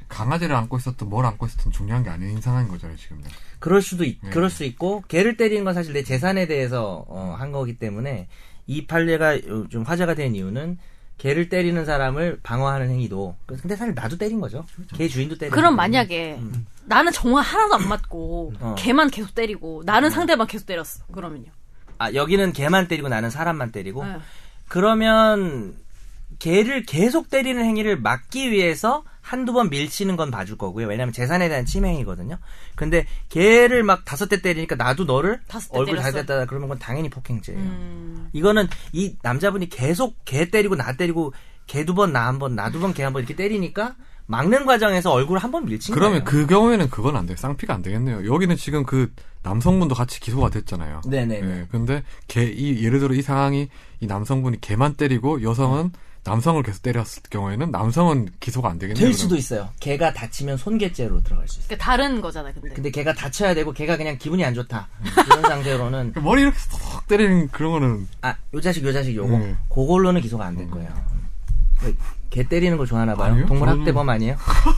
강아지를 안고 있었든 뭘 안고 있었든 중요한 게 아닌 상황인 거잖아요 지금. 그럴 수도 있, 네. 그럴 수 있고 개를 때리는 건 사실 내 재산에 대해서 어, 한 거기 때문에 이 판례가 좀 화제가 된 이유는 개를 때리는 사람을 방어하는 행위도 근데 사실 나도 때린 거죠. 개 주인도 때린. 그럼 거고. 만약에 음. 나는 정말 하나도 안 맞고 어. 음. 걔만 계속 때리고 나는 상대만 계속 때렸어. 그러면요. 아 여기는 개만 때리고 나는 사람만 때리고 네. 그러면 개를 계속 때리는 행위를 막기 위해서 한두 번 밀치는 건 봐줄 거고요. 왜냐하면 재산에 대한 침해행위거든요. 근데 개를 막 다섯 대 때리니까 나도 너를 다섯 대 얼굴 때렸어. 다섯 대 때다 그러면 그건 당연히 폭행죄예요. 음. 이거는 이 남자분이 계속 개 때리고 나 때리고 개 두 번 나 한 번 나 두 번 개 한 번 이렇게 때리니까 막는 과정에서 얼굴 한 번 밀친 그러면 거예요. 그 경우에는 그건 안 돼요. 쌍피가 안 되겠네요. 여기는 지금 그 남성분도 같이 기소가 됐잖아요. 네네. 네. 예, 근데 걔, 이, 예를 들어 이 상황이 이 남성분이 걔만 때리고 여성은 남성을 계속 때렸을 경우에는 남성은 기소가 안 되겠네요. 될 수도 있어요. 개가 다치면 손개죄로 들어갈 수 있어요. 그러니까 다른 거잖아, 근데. 근데 개가 다쳐야 되고 개가 그냥 기분이 안 좋다 이런 상태로는 그럼. 머리 이렇게 쏙 때리는 그런 거는 아 요 자식 요 자식 요거 음. 그걸로는 기소가 안 될 거예요. 개 때리는 걸 좋아하나 봐요. 아니요. 동물 저는- 학대범 아니에요?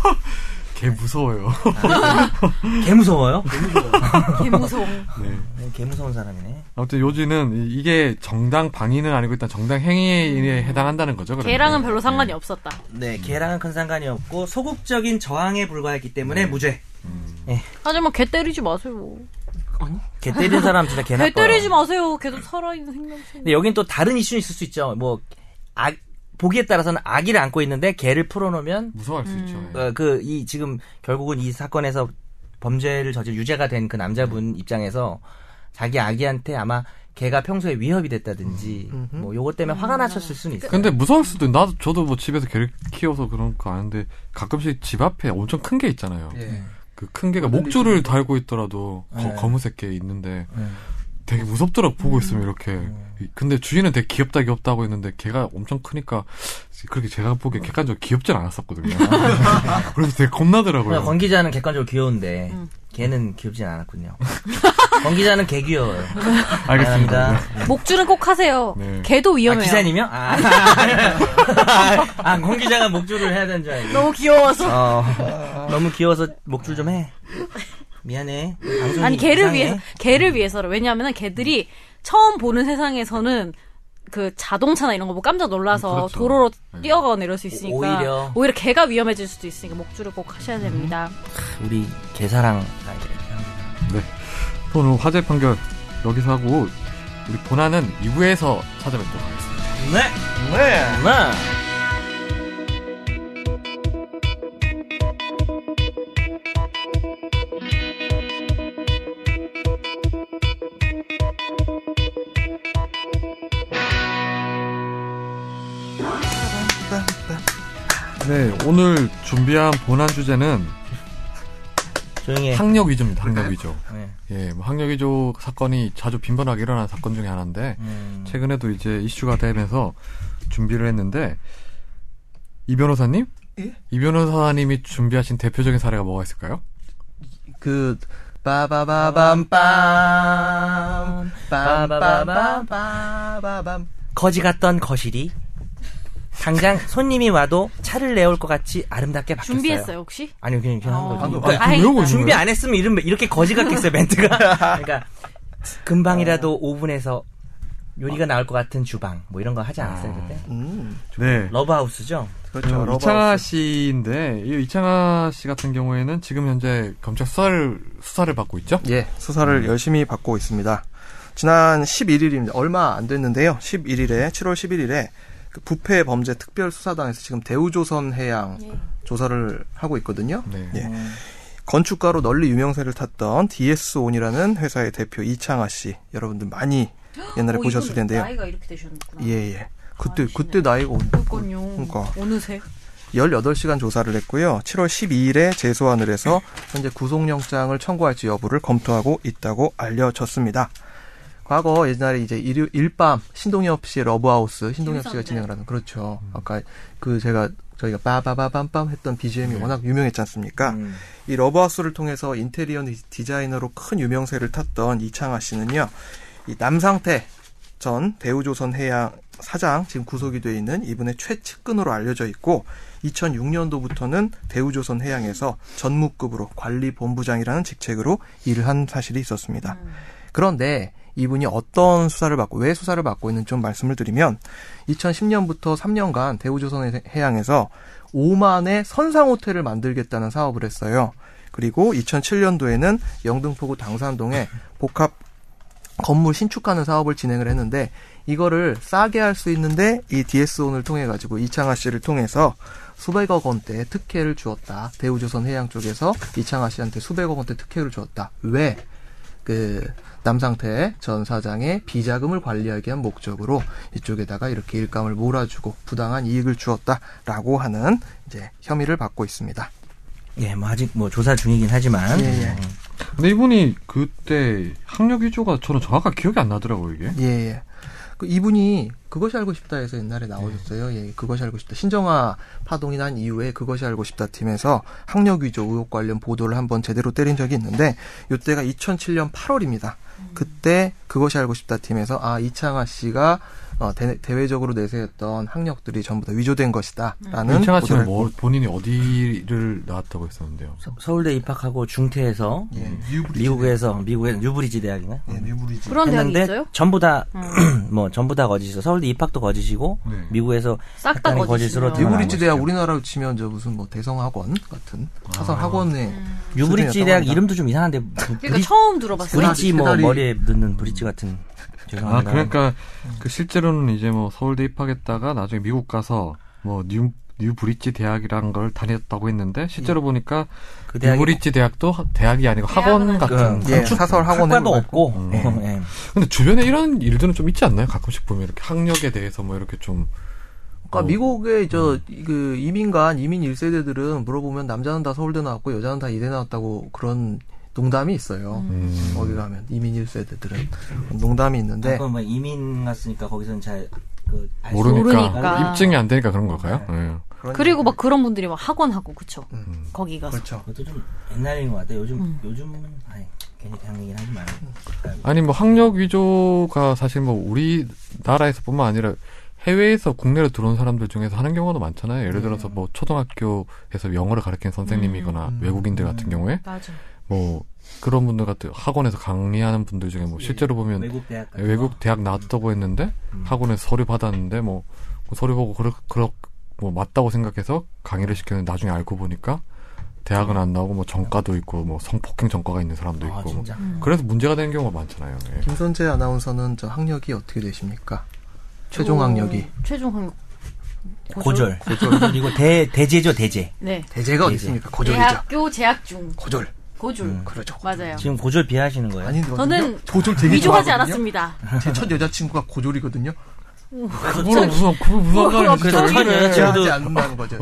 개 네. 무서워요. 개 무서워요? 걔 무서워. 네. 개 무서운 사람이네. 아무튼 요지는 이- 이게 정당 방위는 아니고 일단 정당 음. 행위에 해당한다는 거죠. 그러면. 걔랑은 별로 상관이 네. 없었다. 네, 개랑은 큰 상관이 없고 소극적인 저항에 불과했기 때문에 무죄. 예, 하지만 걔 때리지 마세요. 개 때리는 사람 진짜 개 걔 나빠. 때리지 마세요. 걔도 살아있는 생명체. 근데 여긴 또 다른 이슈는 있을 수 있죠. 뭐, 아, 보기에 따라서는 아기를 안고 있는데 개를 풀어놓으면, 무서워할 수 있죠. 예. 어, 그, 이, 지금 결국은 이 사건에서 범죄를 저질 유죄가 된 그 음. 남자분 입장에서 자기 아기한테 아마 개가 평소에 위협이 됐다든지, 뭐, 요것 때문에 화가 음. 나셨을 수는 있어요. 음. 근데 무서울 수도 있- 나도 저도 뭐 집에서 개를 키워서 그런 거 아는데 가끔씩 집 앞에 엄청 큰 게 있잖아요. 예. 그 큰 개가 목줄을 달고 있더라도 거- 네. 검은색 개 있는데 네. 되게 무섭더라고 보고 있으면 이렇게 근데 주인은 되게 귀엽다 귀엽다 하고 있는데 걔가 엄청 크니까 그렇게 제가 보기엔 객관적으로 귀엽진 않았었거든요 그래서 되게 그냥 겁나더라고요 권 기자는 객관적으로 귀여운데, 음. 개는 귀엽진 않았군요. 권 기자는 개 귀여워요. 알겠습니다 미안합니다. 목줄은 꼭 하세요. 네. 걔도 네. 아, 위험해요. 기자님이요? 아, 아, 권 기자가 목줄을 해야 되는 줄 알고. 너무 귀여워서. 어, 너무 귀여워서 목줄 좀 해. 미안해. 방송이 아니 걔를 이상해. 위해서 걔를 위해서라 왜냐하면은 걔들이 처음 보는 세상에서는 그 자동차나 이런 거 보고 깜짝 놀라서 그렇죠. 도로로 네. 뛰어가거나 이럴 수 있으니까 음, 오히려. 오히려 걔가 위험해질 수도 있으니까 목줄을 꼭 하셔야 됩니다. 음, 우리 개사랑 아이들에게요. 오늘 화재 판결 여기서 하고 우리 본안은 2부에서 찾아뵙도록 하겠습니다 네. 네. 네. 네 오늘 준비한 본안 주제는 조용히 해. 학력 위조입니다 학력 위조 네. 예, 뭐 학력 위조 사건이 자주 빈번하게 일어나는 사건 중에 하나인데 음, 최근에도 이제 이슈가 되면서 준비를 했는데 이 변호사님? 예? 이 변호사님이 준비하신 대표적인 사례가 뭐가 있을까요? 그 빠바바밤빰 빰빰빰빰빠바밤 거지 같던 거실이 당장 손님이 와도 차를 내올 것 같이 아름답게 바뀌었어요. 준비했어요 혹시? 아니요, 그냥 그냥 한 어. 거죠. 방금- 그러니까 아니, 외우고 있는 준비 거예요? 안 했으면 이름 이렇게 거지 같겠어요 멘트가. 그러니까 금방이라도 5분에서 요리가 나올 것 같은 주방 뭐 이런 거 하지 않았어요 그때? 음, 네. 러브하우스죠. 그렇죠. 음, 러브하우스. 이창하 씨인데 이 이창하 씨 같은 경우에는 지금 현재 검찰 수사를 수사를 받고 있죠. 예, 수사를 열심히 받고 있습니다. 지난 11일입니다. 얼마 안 됐는데요. 11일에 7월 11일에 그 부패 범죄 특별 수사단에서 지금 대우조선 해양 예. 조사를 하고 있거든요. 네. 어. 예. 건축가로 널리 유명세를 탔던 DS온이라는 회사의 대표 이창하 씨 여러분들 많이 옛날에 오, 보셨을 어, 이분 텐데요. 나이가 이렇게 되셨구나. 예, 예. 그때 아, 그때 나이가 그건요. 그러니까. 어느새 18시간 조사를 했고요. 7월 12일에 재소환을 해서 현재 구속영장을 청구할지 여부를 검토하고 있다고 알려졌습니다. 과거 옛날에 이제 일요, 일밤 신동엽 씨의 러브하우스 신동엽 씨가 김성재. 진행을 하는 그렇죠. 아까 그 제가 저희가 빠바바밤밤 했던 BGM이 워낙 유명했지 않습니까? 음. 이 러브하우스를 통해서 인테리어 디- 디자이너로 큰 유명세를 탔던 이창하 씨는요, 이 남상태 전 대우조선해양 사장 지금 구속이 돼 있는 이분의 최측근으로 알려져 있고 2006년도부터는 대우조선해양에서 전무급으로 관리본부장이라는 직책으로 일을 한 사실이 있었습니다. 그런데 이분이 어떤 수사를 받고 왜 수사를 받고 있는지 좀 말씀을 드리면 2010년부터 3년간 대우조선해양에서 오만의 선상호텔을 만들겠다는 사업을 했어요. 그리고 2007년도에는 영등포구 당산동에 복합 건물 신축하는 사업을 진행을 했는데 이거를 싸게 할 수 있는데 이 DS온을 통해 가지고 이창하 씨를 통해서 수백억 원대의 특혜를 주었다. 대우조선 해양 쪽에서 이창하 씨한테 수백억 원대 특혜를 주었다. 왜? 그 남상태 전 사장의 비자금을 관리하기 위한 목적으로 이쪽에다가 이렇게 일감을 몰아주고 부당한 이익을 주었다라고 하는 이제 혐의를 받고 있습니다. 예, 뭐 아직 뭐 조사 중이긴 하지만 예, 예. 음, 근데 이분이 그때 학력 위조가 저는 정확한 기억이 안 나더라고요 이게. 예, 예. 그 이분이 그것이 알고 싶다에서 옛날에 나오셨어요. 예, 그것이 알고 싶다. 신정아 파동이 난 이후에 그것이 알고 싶다 팀에서 학력 위조 의혹 관련 보도를 한번 제대로 때린 적이 있는데 이때가 2007년 8월입니다. 그때 그것이 알고 싶다 팀에서 아 이창하 씨가 어, 대, 외적으로 내세웠던 학력들이 전부 다 위조된 것이다라는 이창하 씨는 보도를 뭐 본인이 어디를 나왔다고 했었는데요. 서- 서울대 입학하고 중퇴해서 음. 미국에서 미국의 뉴브리지 대학인가? 예, 뉴브리지. 그런 대학이 했는데 있어요? 음. 전부 다 뭐 전부 다 거짓이죠. 서울대 입학도 거짓이고 네. 미국에서 싹다 약간의 거짓이네요. 거짓으로 드러난 뉴브리지 대학 것이죠. 우리나라로 치면 저 무슨 뭐 대성학원 같은 사설학원에 뉴브리지 수준이었다고 대학 합니다. 이름도 좀 이상한데 부- 그러니까 브리- 처음 들어봤어요. 브릿지. 브릿지 뭐 페달이- 머리에 넣는 브릿지 같은 아 죄송합니다. 그러니까 그 실제로는 이제 뭐 서울대 입학했다가 나중에 미국 가서 뭐뉴 뉴브릿지 대학이란 걸 다녔다고 했는데 실제로 보니까 그 대학이 뉴브릿지 대학도 하- 대학이 아니고 학원 대학은 같은. 그- 예, 사설학원에 학과도 없고 예. 근데 주변에 이런 일들은 좀 있지 않나요? 가끔씩 보면 이렇게 학력에 대해서 뭐 이렇게 좀 그러니까 미국의 저 그 이민간 이민 1세대들은 물어보면 남자는 다 서울대 나왔고 여자는 다 이대 나왔다고 그런 농담이 있어요. 음. 거기 가면 이민 1세대들은 농담이 있는데 그건 뭐 이민 갔으니까 거기서는 잘그 모르니까, 모르니까. 입증이 안 되니까 그런 걸까요? 예. 그런 그리고 막 그런 분들이 막 학원하고 그쵸? 음. 거기 가서. 그렇죠. 그것도 좀 옛날인 것 같아. 요즘 음. 요즘은 아니 괜히 대학 얘기는 하지 마요. 아니 뭐 학력 위조가 사실 뭐 우리나라에서뿐만 아니라 해외에서 국내로 들어온 사람들 중에서 하는 경우도 많잖아요. 예를 들어서 음. 뭐 초등학교에서 영어를 가르치는 선생님이거나 음. 외국인들 같은 경우에 맞아. 뭐 그런 분들 같은 학원에서 강의하는 분들 중에 뭐 실제로 보면 예. 예, 외국 음. 대학 같은 거. 외국 대학 나왔다고 했는데 학원에서 서류 받았는데 뭐그 서류 보고 그렇 그렇 뭐 맞다고 생각해서 강의를 시켰는데 나중에 알고 보니까 대학은 안 나오고 뭐 전과도 있고 뭐 성폭행 전과가 있는 사람도 아 있고 뭐 진짜. 음. 그래서 문제가 되는 경우가 많잖아요. 예. 김선재 아나운서는 저 학력이 어떻게 되십니까? 최종 학력이 저- 최종 학력. 고졸. 그리고 대 대제죠 대제. 네. 대제가 어디 대제. 있습니까? 고졸이죠. 대학교 재학 중. 고졸. 고졸. 그렇죠. 맞아요. 음. 지금 고졸 비하하시는 거예요? 아니 저는 고졸 되게 위조하지 좋아하거든요. 않았습니다. 네. 제첫 여자친구가 고졸이거든요. 뭐라 무슨 그 무슨 뭐라 상관이 그래서 첫 여자친구도 하지 않는다는 거죠.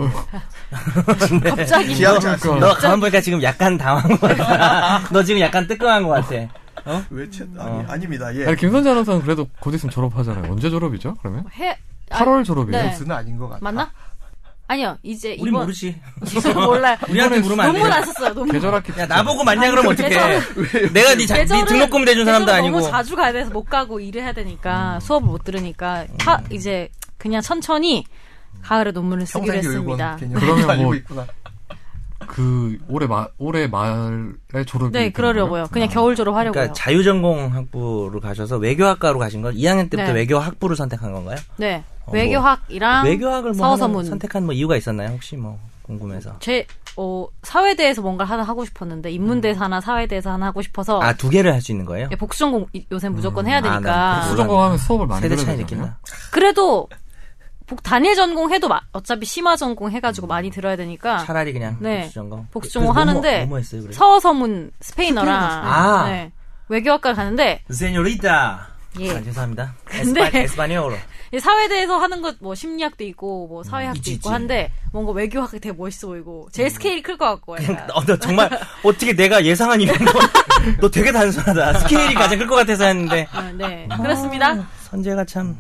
갑자기 기하지 뭐- 않습니다. 너 가만 보니까 지금 약간 당황한 것 같아. 너 지금 약간 뜨끔한 것 같아. 왜 최? 아니, 아닙니다. 예. 아니 김선재 아나운서는 그래도 곧 있으면 졸업하잖아요. 언제 졸업이죠? 그러면 해 아, 8월 졸업이에요. 네. 무슨 아닌 것 같아. 맞나? 아니요. 이제 우리 이번 모르지. 지금 몰라요. 우리한테 물으면 안 돼. 논문 안 썼어요. 논문. 계절학기 야 나보고 맞냐 그러면 어떡해. 내가 네, 자, 네 계절은- 등록금 대준 사람도 계절은 아니고. 너무 자주 가야 돼서 못 가고 일을 해야 되니까 수업을 못 들으니까 파, 이제 그냥 천천히 가을에 논문을 쓰기로 평생 교육원 했습니다. 개념 그러면 뭐- 알고 있구나. 그 올해 말 올해 말에 졸업이 네, 된 그러려고요. 거예요? 그냥 아. 겨울 졸업하려고요. 그러니까 자유전공 학부로 가셔서 외교학과로 가신 건 2학년 때부터 네. 외교 학부를 선택한 건가요? 네. 어, 외교학이랑 외교학을 뭐 하는, 사후서문. 선택한 뭐 이유가 있었나요? 혹시 뭐 궁금해서. 제 어, 사회대에서 뭔가 하나 하고 싶었는데 인문대에서 하나 사회대에서 하나 하고 싶어서 음. 아 두 개를 할 수 있는 거예요? 예, 복수전공 이- 요새 무조건 해야 아, 난 되니까 복수- 수전공하면 수업을 많이 세대 들어야 차이 되잖아요. 느끼나? 그래도 복 단일 전공 해도 마- 어차피 심화 전공 해가지고 많이 들어야 되니까 음. 차라리 그냥 네. 복수전공. 복수전공 그래서 하는데 뭐뭐 했어요? 그래. 서서문 스페인어랑 아. 네, 외교학과 가는데 세뇨리타. 예. 아, 죄송합니다. 근데- 에스파, 에스파니오로. 이 사회대에서 하는 것 뭐 심리학도 있고 뭐 사회학도 음, 있지, 음. 있고 있지. 한데 뭔가 외교학이 되게 멋있어 보이고 제일 스케일이 클 것 같고 약간. 어, 너 정말 어떻게 내가 예상한 이런 거. 너 되게 단순하다. 스케일이 가장 클 것 같아서 했는데. 어, 네 아. 그렇습니다. 선재가 참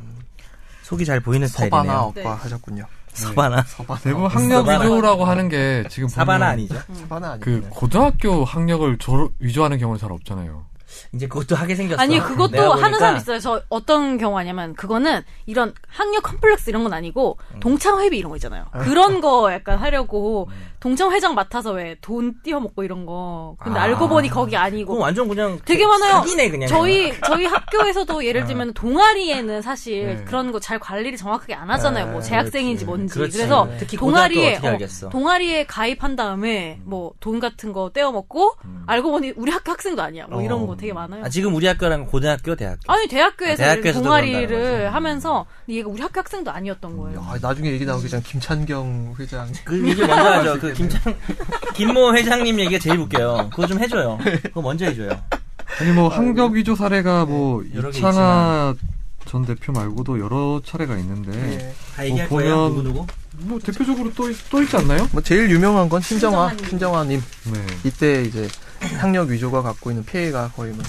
속이 잘 보이는 서바나 스타일이네요. 어과 네. 하셨군요. 서바나. 음. 대부분 학력 사바나. 위조라고 하는 게 지금 보면 사바나 아니죠? 음. 네. 서바나 아니에요. 그 고등학교 학력을 졸업 위조하는 경우는 잘 없잖아요. 이제 그것도 하게 생겼어. 아니 그것도 내가 하는 보니까 사람 있어요. 저 어떤 경우 하냐면 그거는 이런 학력 컴플렉스 이런 건 아니고 음. 동창 회비 이런 거 있잖아요. 그런 거 약간 하려고 음. 동창 회장 맡아서 왜 돈 띄워 먹고 이런 거. 근데 아. 알고 보니 거기 그건 아니고 어, 완전 그냥 되게 많아요. 사기네 그냥. 아. 저희 저희 학교에서도 예를 들면 동아리에는 사실 네. 그런 거 잘 관리를 정확하게 안 하잖아요. 뭐 아, 재학생인지 그렇지. 뭔지. 그렇지. 그래서 네. 특히 고등학교 동아리에 어떻게 알겠어? 동아리에 가입한 다음에 뭐 돈 같은 거 떼어 먹고 알고 보니 우리 학교 학생도 아니야. 뭐 이런 거 되게 많아요. 음. 아, 지금 우리 학교랑 고등학교, 대학교. 아니 대학교에서, 아, 대학교에서도 그런다는 동아리를 거지. 하면서 근데 얘가 우리 학교 학생도 아니었던 거예요. 야, 나중에 얘기 나오기 전 김찬경 회장 그 이게 먼저 하죠. 그 김창 김모 회장님 얘기가 제일 웃겨요. 그거 좀 해줘요. 그거 먼저 해줘요. 아니 뭐 학력 위조 사례가 뭐 네, 여러 개 이창하 전 대표 말고도 여러 차례가 있는데 다 얘기할 어, 보면- 거예요. 누구 누구? 뭐 대표적으로 또 있- 또 있지 않나요? 뭐 제일 유명한 건 신정화, 신정화님. 신정화님. 네. 이때 이제 학력 위조가 갖고 있는 피해가 거의 뭐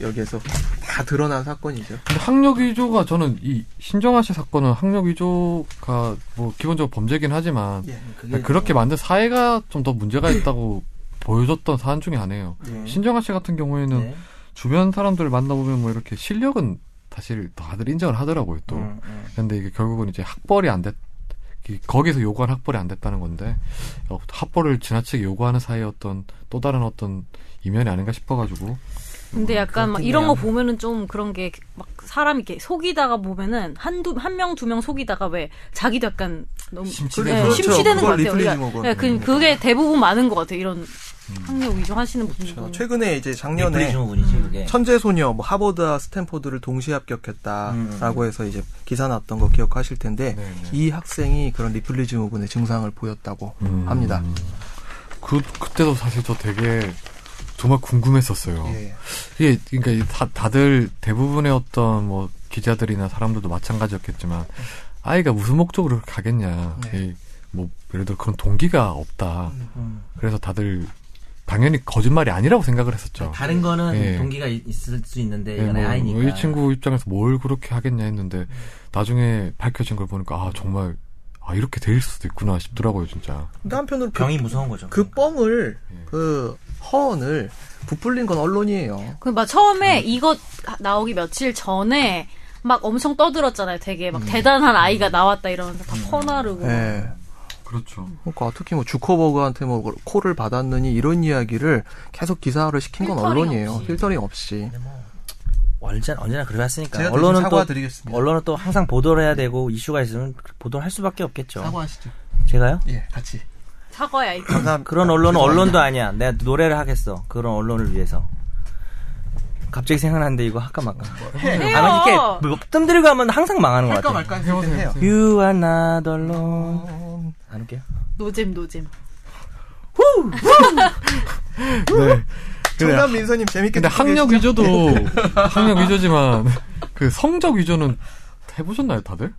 여기에서 다 드러난 사건이죠. 근데 학력 위조가 저는 이 신정아 씨 사건은 학력 위조가 뭐 기본적으로 범죄긴 하지만 예. 그게 그렇게 만든 사회가 좀 더 문제가 있다고 보여줬던 사안 중에 하나예요. 신정아 씨 같은 경우에는 네. 주변 사람들 만나보면 뭐 이렇게 실력은 사실 다들 인정을 하더라고요 또. 음, 음. 근데 이게 결국은 이제 학벌이 안 됐, 이- 거기서 요구한 학벌이 안 됐다는 건데, 어, 학벌을 지나치게 요구하는 사이 어떤 또 다른 어떤 이면이 아닌가 싶어가지고. 근데 약간 막 그렇겠네요. 이런 거 보면은 좀 그런 게 막 사람 이렇게 속이다가 보면은 한두한 명 두 명 속이다가 왜 자기도 약간 너무 심취돼서. 네, 그렇죠. 심취되는 것 그걸 같아요. 리플레이징어고. 네, 그, 그게 대부분 많은 것 같아요. 이런 학력 위조 하시는 분들. 어, 최근에 이제 작년에 리플레이징 분이지 그게. 천재 소녀 뭐 하버드와 스탠포드를 동시에 합격했다라고 해서 이제 기사 났던 거 기억하실 텐데 네, 네. 이 학생이 그런 리플리즘 부분의 증상을 보였다고 음. 합니다. 그, 그때도 사실 저 되게 정말 궁금했었어요. 예. 이게, 그러니까 이 다, 다들 대부분의 어떤 뭐 기자들이나 사람들도 마찬가지였겠지만, 네. 아이가 무슨 목적으로 그렇게 가겠냐. 네. 이 뭐, 예를 들어 그런 동기가 없다. 음. 그래서 다들 당연히 거짓말이 아니라고 생각을 했었죠. 다른 거는 예. 동기가 있- 있을 수 있는데 네, 이건 뭐, 아이니까. 네. 이 친구 입장에서 뭘 그렇게 하겠냐 했는데 나중에 밝혀진 걸 보니까 아 정말 아 이렇게 될 수도 있구나 싶더라고요 진짜. 근데 한편으로 그, 병이 무서운 거죠. 그 뻥을 예. 그 허언을 부풀린 건 언론이에요. 그 막 처음에 이거 나오기 며칠 전에 막 엄청 떠들었잖아요. 되게 막 대단한 아이가 나왔다 이러면서 다 퍼나르고. 예. 그렇죠. 그러니까 특히 뭐 주커버그한테 뭐 코를 받았느니 이런 이야기를 계속 기사화를 시킨 건 필터링 언론이에요. 네, 뭐 없이. 필터링 없이. 언제나 언제나 그래 왔으니까. 제가 대신 언론은 또 사과드리겠습니다. 언론은 또 항상 보도를 해야 되고 이슈가 있으면 보도를 할 수밖에 없겠죠. 사과하시죠. 제가요? 예, 같이. 사과야 이거. 감사합니다. 그런 언론은 아, 죄송합니다. 언론도 아니야. 내가 노래를 하겠어. 그런 언론을 위해서. 갑자기 생각났는데 이거 할까 말까. 해요. 아마 이렇게 뭐 뜸들이고 하면 항상 망하는 것 할까 같아. 말까 했을 텐데요. You are not alone. 안 올게요. 노잼 노잼. 네. 근데, 정답 민서님 재밌게 근데 학력 위조도 학력 위조지만 그 성적 위조는 해보셨나요 다들?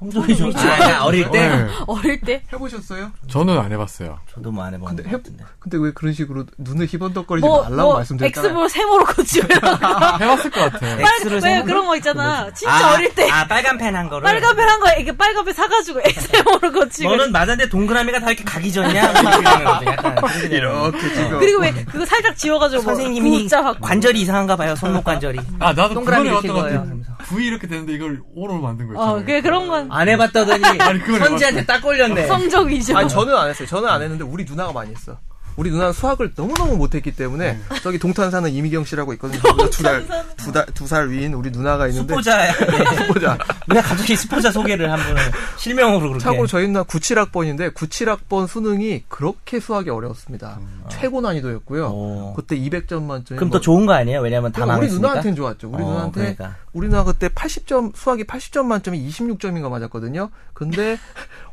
성적이 좀. 아니야 어릴 때. 네. 어릴 때 해보셨어요? 저는 안 해봤어요. 저도 뭐 안 해본 근데 것 해- 같은데. 근데 왜 그런 식으로 눈을 희번덕거리지 뭐, 말라고 뭐 말씀드렸잖아요. 엑스볼 세모로 고치면 해봤을 것 같아요. X를 왜 생각- 그런 거 있잖아. 진짜 아, 어릴 때 아 빨간 펜 한 거를. 빨간 펜한 거 이게 빨간 펜 사가지고 세모로 고치고. 너는 맞았는데 동그라미가 다 이렇게 가기 전이야. 뭐 이런 거지. 약간 그런 개념. 이렇게 지금 그리고 왜 그거 살짝 지워가지고 뭐 선생님이 구자 받고. 관절이 이상한가 봐요. 손목 관절이. 아 나도 그거는 동그라미 이렇게 어떤 것 거예요. 같아요. 그러면서. 9이 이렇게 되는데 이걸 5로 만든 거 있잖아요. 어, 그 그런 건 안 해봤다더니 그걸 선지한테 딱 걸렸네. 성적 위주. 아니 저는 안 했어요. 저는 네. 안 했는데 우리 누나가 많이 했어. 우리 누나는 수학을 너무너무 못했기 네. 때문에 저기 동탄 사는 이미경 씨라고 있거든요. 저보다 두 달, 두 달, 두 살 위인 우리 누나가 있는데 스포자. 네. 보자. 그냥 갑자기 스포자 소개를 한 분을 실명으로 그렇게. 참고로 저희 누나 97학번인데 97학번 수능이 그렇게 수학이 어려웠습니다. 최고 난이도였고요. 음, 아. 오. 그때 200점 만점에 뭐 그럼 또 좋은 거 아니에요? 왜냐면 다 우리 망했으니까. 누나한테는 좋았죠. 우리 어, 누나한테 그러니까. 우리 누나 그때 80점 수학이 80점 만점에 26점인가 맞았거든요. 근데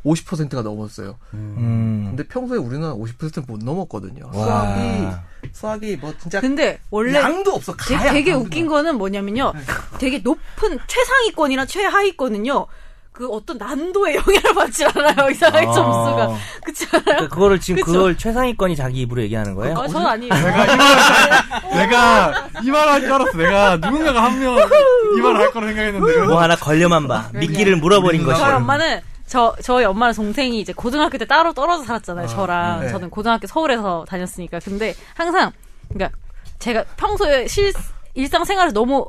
50%가 넘었어요. 음. 근데 평소에 우리 누나 50%못 넘었거든요. 와. 수학이 수학이 뭐 진짜 근데 원래 양도 없어. 되- 가야 되게 안 웃긴 거는 뭐냐면요. 되게 높은 최상위권이나 최하위권은요. 그 어떤 난도의 영향을 받지 않아요. 이상하게 아. 점수가. 그렇지 않아요? 그거를 지금 그쵸? 그걸 최상위권이 자기 입으로 얘기하는 거예요? 아, 전 아니에요. 내가 이 말 할 줄 알았어. 내가 누군가가 한 명 이 말을 할 거라 생각했는데. 아, 뭐 하나 걸려만 봐. 그러니까. 미끼를 물어버린 아, 것이. 네. 저희 엄마는 저 저희 엄마랑 동생이 이제 고등학교 때 따로 떨어져 살았잖아요. 저랑 네. 저는 고등학교 서울에서 다녔으니까. 근데 항상 그러니까 제가 평소에 실 일상생활에 너무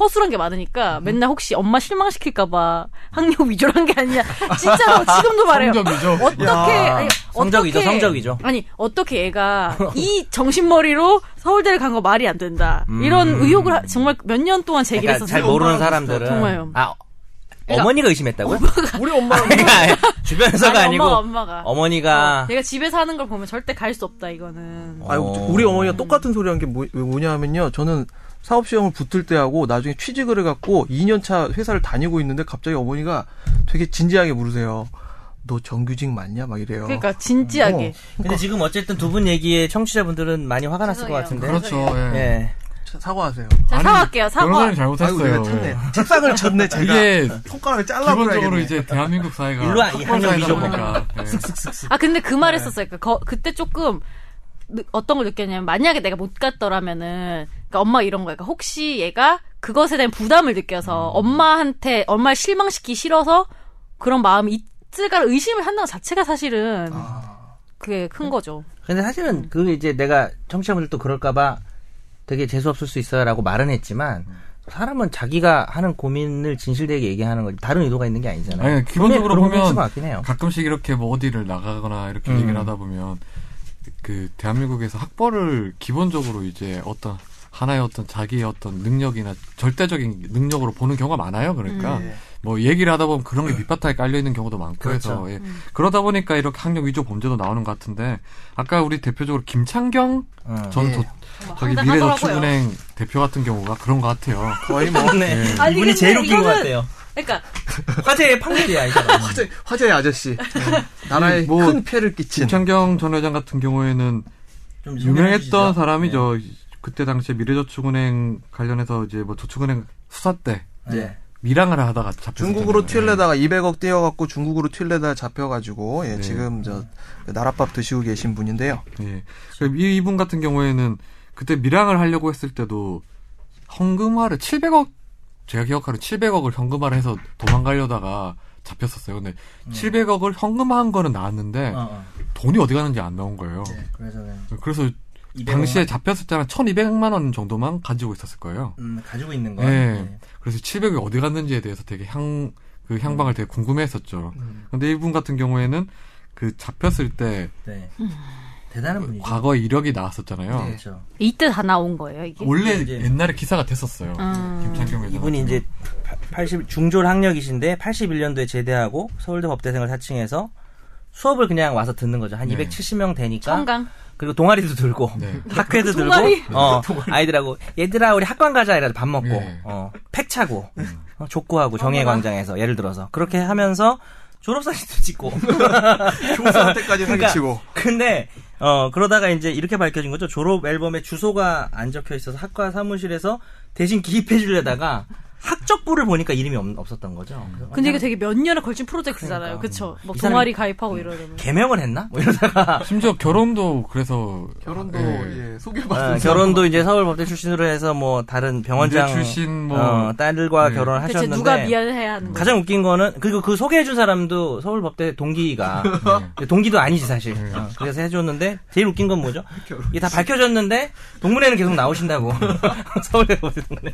허술한 게 많으니까 음. 맨날 혹시 엄마 실망시킬까봐 학력 위조를 한 게 아니냐 진짜로 지금도 말해요. 성적이죠. 어떻게 야, 아니, 성적이죠, 어떻게- 성적이죠. 아니 어떻게 얘가 이 정신머리로 서울대를 간 거 말이 안 된다 음. 이런 의혹을 하- 정말 몇 년 동안 제기를 그러니까 했었어요. 잘 모르는 사람들은. 정말요. 그러니까 아, 어머니가 의심했다고요? 우리 엄마 주변에서가 아니, 아니고 엄마가, 엄마가. 어머니가 아. 어, 내가 집에서 하는 걸 보면 절대 갈 수 없다 이거는. 아유, 어. 우리 어머니가 똑같은 소리 한 게 뭐, 왜 뭐냐면요. 저는 사업 시험을 붙을 때 하고 나중에 취직을 해갖고 2년차 회사를 다니고 있는데 갑자기 어머니가 되게 진지하게 물으세요. 너 정규직 맞냐? 막 이래요. 그러니까 진지하게. 어. 근데 지금 어쨌든 두 분 얘기에 청취자분들은 많이 화가 났을 죄송해요. 것 같은데. 그렇죠. 예. 예. 자, 사과하세요. 자 아니, 사과할게요. 사과. 변호사님 아이고, 잘못했어요. 내가 쳤네. 책상을 쳤네, 제가. 이게 손가락을 기본적으로 버려야겠네. 이제 대한민국 사회가 일로 와, 이 학벌 학력 사회다 위조 보니까. 예. 아 근데 그 네. 말했었어요. 그 거- 그때 조금 느- 어떤 걸 느꼈냐면 만약에 내가 못 갔더라면은 그러니까 엄마 이런 거야. 그러니까 혹시 얘가 그것에 대한 부담을 느껴서 음. 엄마한테 엄마를 실망시키기 싫어서 그런 마음이 있을까 의심을 한다는 자체가 사실은 아. 그게 큰 거죠. 근데 음. 사실은 그 이제 내가 청취자분들도 그럴까봐 되게 재수없을 수 있어라고 말은 했지만 사람은 자기가 하는 고민을 진실되게 얘기하는 거지 다른 의도가 있는 게 아니잖아요. 아니, 기본적으로 네. 그런 부분이 보면 있을 것 같긴 해요. 음. 가끔씩 이렇게 뭐 어디를 나가거나 이렇게 얘기를 하다 보면 그 대한민국에서 학벌을 기본적으로 이제 어떤 하나의 어떤 자기의 어떤 능력이나 절대적인 능력으로 보는 경우가 많아요. 그러니까 음. 네. 뭐 얘기를 하다 보면 그런 게 밑바탕에 깔려 있는 경우도 많고 그렇죠. 해서 예. 음. 그러다 보니까 이렇게 학력 위조 범죄도 나오는 것 같은데 아까 우리 대표적으로 김창경 음. 전 예. 도, 저기 항상 미래저축은행 대표 같은 경우가 그런 것 같아요. 거의 뭐. 네. 아니, 이분이 근데 제일 웃긴 것 이거는- 같아요. 그러니까 화제의 판결이야 이 사람. 화제, 화제의 아저씨. 나라에 이 뭐- 큰 폐를 끼친. 김창경 전 회장 같은 경우에는 좀 소개해 주시죠. 유명했던 사람이죠. 그때 당시에 미래저축은행 관련해서 이제 뭐 저축은행 수사 때 네. 밀항을 하다가 네. 잡혔 중국으로 튈려다가 200억 떼어갖고 중국으로 튈려다가 잡혀가지고, 네. 예, 지금 저, 나랏밥 드시고 계신 분인데요. 예. 그럼 이- 이분 같은 경우에는 그때 밀항을 하려고 했을 때도 현금화를 700억 제가 기억하로 700억을 현금화를 해서 도망가려다가 잡혔었어요. 근데 700억을 현금화한 거는 나왔는데 어, 어. 돈이 어디 가는지 안 나온 거예요. 네, 그래서 그냥 그래서 200만 당시에 잡혔을 때한 1,200만 원 정도만 가지고 있었을 거예요. 음, 가지고 있는 거. 예. 그래서 700이 어디 갔는지에 대해서 되게 향, 그 음. 향방을 되게 궁금해했었죠. 근데 이분 같은 경우에는 그 잡혔을 때 네. 대단한 분이죠. 과거 이력이 나왔었잖아요. 그렇죠. 이때 다 나온 거예요 이게. 원래 이제- 옛날에 기사가 됐었어요. 음. 김창경 회장. 네, 이분이 이제 80 중졸 학력이신데 81년도에 제대하고 서울대 법대생을 사칭해서 수업을 그냥 와서 듣는 거죠. 한 네. 270명 되니까. 청강. 그리고 동아리도 들고 네. 학회도 들고 그 동아리? 어, 아이들하고 얘들아 우리 학관 가자 이래서 밥 먹고 네. 음. 어, 팩 차고 어, 족구하고 정예 광장에서 예를 들어서 그렇게 하면서 졸업사진도 찍고 교수한테까지 사기치고. 그러니까 근데 어 그러다가 이제 이렇게 밝혀진 거죠. 졸업 앨범에 주소가 안 적혀 있어서 학과 사무실에서 대신 기입해 주려다가 학적부를 보니까 이름이 없, 없었던 거죠. 그래서 근데 이게 되게 몇 년에 걸친 프로젝트잖아요. 그쵸뭐 그러니까. 이 사람이- 음. 동아리 가입하고 이러려면. 개명을 했나? 뭐 이러다가 심지어 결혼도 그래서 결혼도, 예. 예, 어, 소개받은. 결혼도 이제 서울법대 출신으로 해서 뭐 다른 병원장 문제 출신 뭐- 어, 딸들과 네. 결혼을 대체 하셨는데 누가 미안해야 하는 거야? 가장 웃긴 거는 그리고 그 소개해 준 사람도 서울법대 동기가 네. 동기도 아니지 사실 어, 그래서 해줬는데 제일 웃긴 건 뭐죠? 이게 다 밝혀졌는데 동문회는 계속 나오신다고 서울대 법대 동문회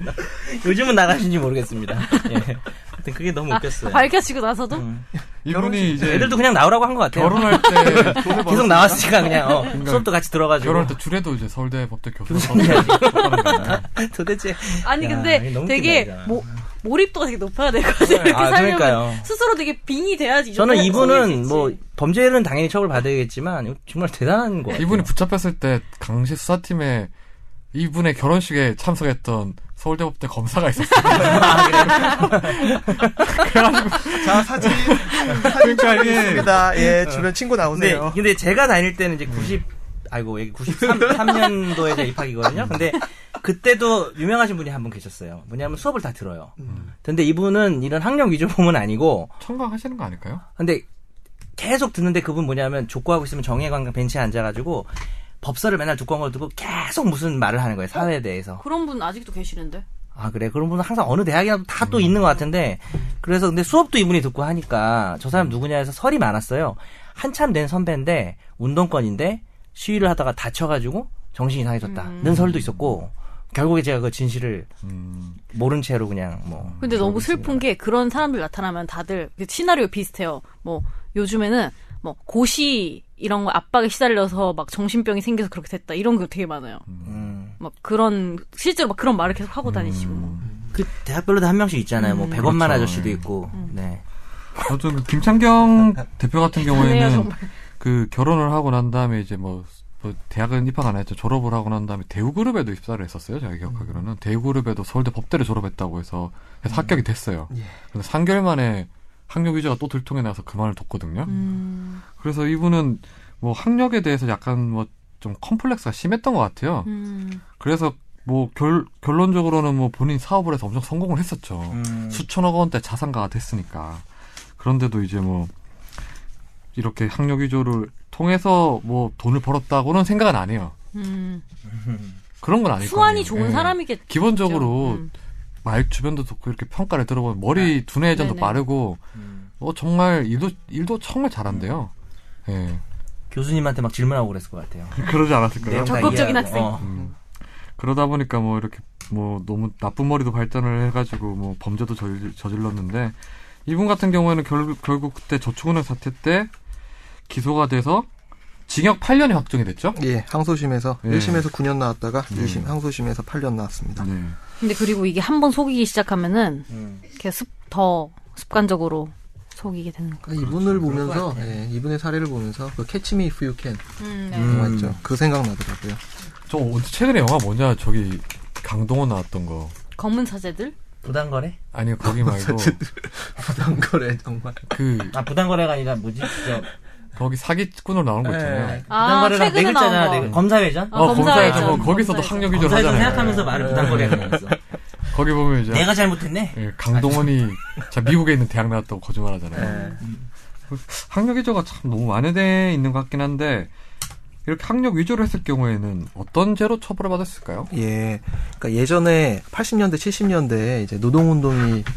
요즘은 나가신지 누군지 모르겠습니다. 예. 하여튼 그게 너무 음, 웃겼어요. 아, 밝혀지고 나서도 음. 이분이 이제 애들도 그냥 나오라고 한 것 같아요. 결혼할 때 계속 나왔으니까 그냥 어, 그러니까 수업도 같이 들어가지고 결혼할 때 줄에도 이제 서울대 법대 교수 도대체 아니 야, 이게 근데 너무 되게 뭐 웃긴다, 이거. 모, 몰입도가 되게 높아야 될 것 같아요. 이렇게 아, 살려면 그러니까요. 스스로 되게 빙이 돼야지. 이 저는 정도는 이분은 성공할 뭐 수 있지. 범죄는 당연히 처벌 받아야겠지만 이거 정말 대단한 거. 이분이 붙잡혔을 때 강시 수사팀에 이분의 결혼식에 참석했던 서울대 법대 검사가 있었어요. 자 사진 사진 그러니까 네. 이게- 찍겠습니다. 예 주변 친구 근데 나오세요. 근데 제가 다닐 때는 이제 90 아이고 여기 93년도에 제 입학이거든요. 근데 그때도 유명하신 분이 한 분 계셨어요. 뭐냐면 수업을 다 들어요. 근데 이분은 이런 학력 위조범은 아니고 청강하시는 거 아닐까요? 근데 계속 듣는데 그분 뭐냐면 족구하고 있으면 정해관광 벤치에 앉아가지고 법서를 맨날 두꺼운 걸 두고 계속 무슨 말을 하는 거예요 사회에 대해서 그런 분 아직도 계시는데. 아 그래 그런 분은 항상 어느 대학이라도 다 또 있는 것 같은데 그래서 근데 수업도 이분이 듣고 하니까 저 사람 누구냐 해서 설이 많았어요 한참 된 선배인데 운동권인데 시위를 하다가 다쳐가지고 정신이 이상해졌다는 설도 있었고 결국에 제가 그 진실을 음, 모른 채로 그냥 뭐 근데 너무 슬픈 게 그런 사람들 나타나면 다들 그 시나리오 비슷해요. 뭐 요즘에는 뭐 고시 이런 거 압박에 시달려서 막 정신병이 생겨서 그렇게 됐다 이런 게 되게 많아요. 음. 막 그런 실제로 막 그런 말을 계속 하고 다니시고. 뭐. 그 대학별로도 한 명씩 있잖아요 뭐 100원만 그렇죠. 아저씨도 있고 네 아무튼 그 김창경 대표 같은 그러네요, 경우에는 정말. 그 결혼을 하고 난 다음에 이제 뭐, 뭐 대학은 입학 안 했죠. 졸업을 하고 난 다음에 대우그룹에도 입사를 했었어요. 제가 음. 기억하기로는 대우그룹에도 서울대 법대를 졸업했다고 해서 그래서 합격이 됐어요. 예. 근데 3개월 만에 학력 위조가 또 들통이 나서 그만을 뒀거든요. 음, 그래서 이분은 뭐 학력에 대해서 약간 뭐 좀 컴플렉스가 심했던 것 같아요. 음. 그래서 뭐 결, 결론적으로는 뭐 본인 사업을 해서 엄청 성공을 했었죠. 음. 수천억 원대 자산가가 됐으니까. 그런데도 이제 뭐 이렇게 학력 위조를 통해서 뭐 돈을 벌었다고는 생각은 안 해요. 음. 그런 건 아니고. 수완이 좋은 사람이겠죠. 기본적으로 음. 말 주변도 듣고 이렇게 평가를 들어보면 머리 두뇌 회전도 네네. 빠르고 음. 어 정말 일도 일도 정말 잘한대요. 예. 교수님한테 막 질문하고 그랬을 것 같아요 그러지 않았을까요? 내용 다 적극적인 이해하고. 학생. 어. 음. 그러다 보니까 뭐 이렇게 뭐 너무 나쁜 머리도 발전을 해가지고 뭐 범죄도 저질, 저질렀는데 이분 같은 경우에는 결, 결국 그때 저축은행 사태 때 기소가 돼서 징역 8년이 확정이 됐죠. 예 항소심에서 예. 1심에서 9년 나왔다가 예. 2심 항소심에서 8년 나왔습니다. 네. 근데 그리고 이게 한 번 속이기 시작하면은 음. 이렇게 습, 더 습관적으로 속이게 되는 거. 그러니까 이분을 보면서 예, 이분의 사례를 보면서 그 캐치미 이프 유캔 음, 영화 있죠. 그 생각 나더라고요. 저 언제 최근에 영화 뭐냐 저기 강동원 나왔던 거 검은 사제들? 부당거래? 아니요 거기 말고 부담 거래 정말. 그 아 부당거래가 아니라 뭐지? 저 거기 사기꾼으로 나오는 거 있잖아요. 아, 최근에 나온 거. 네 글- 네. 검사회전? 어, 검사회전. 검사회전 뭐 거기서도 검사회전. 학력 위조를 검사회전 하잖아요. 생각하면서 말을 부당거래하는 거였어. 거기 보면 이제 내가 잘못했네. 예, 강동원이 자 미국에 있는 대학 나왔다고 거짓말하잖아요. 학력 위조가 참 너무 만연돼 있는 것 같긴 한데 이렇게 학력 위조를 했을 경우에는 어떤 죄로 처벌을 받았을까요? 예. 그러니까 예전에 80년대, 70년대 이제 노동운동이 이제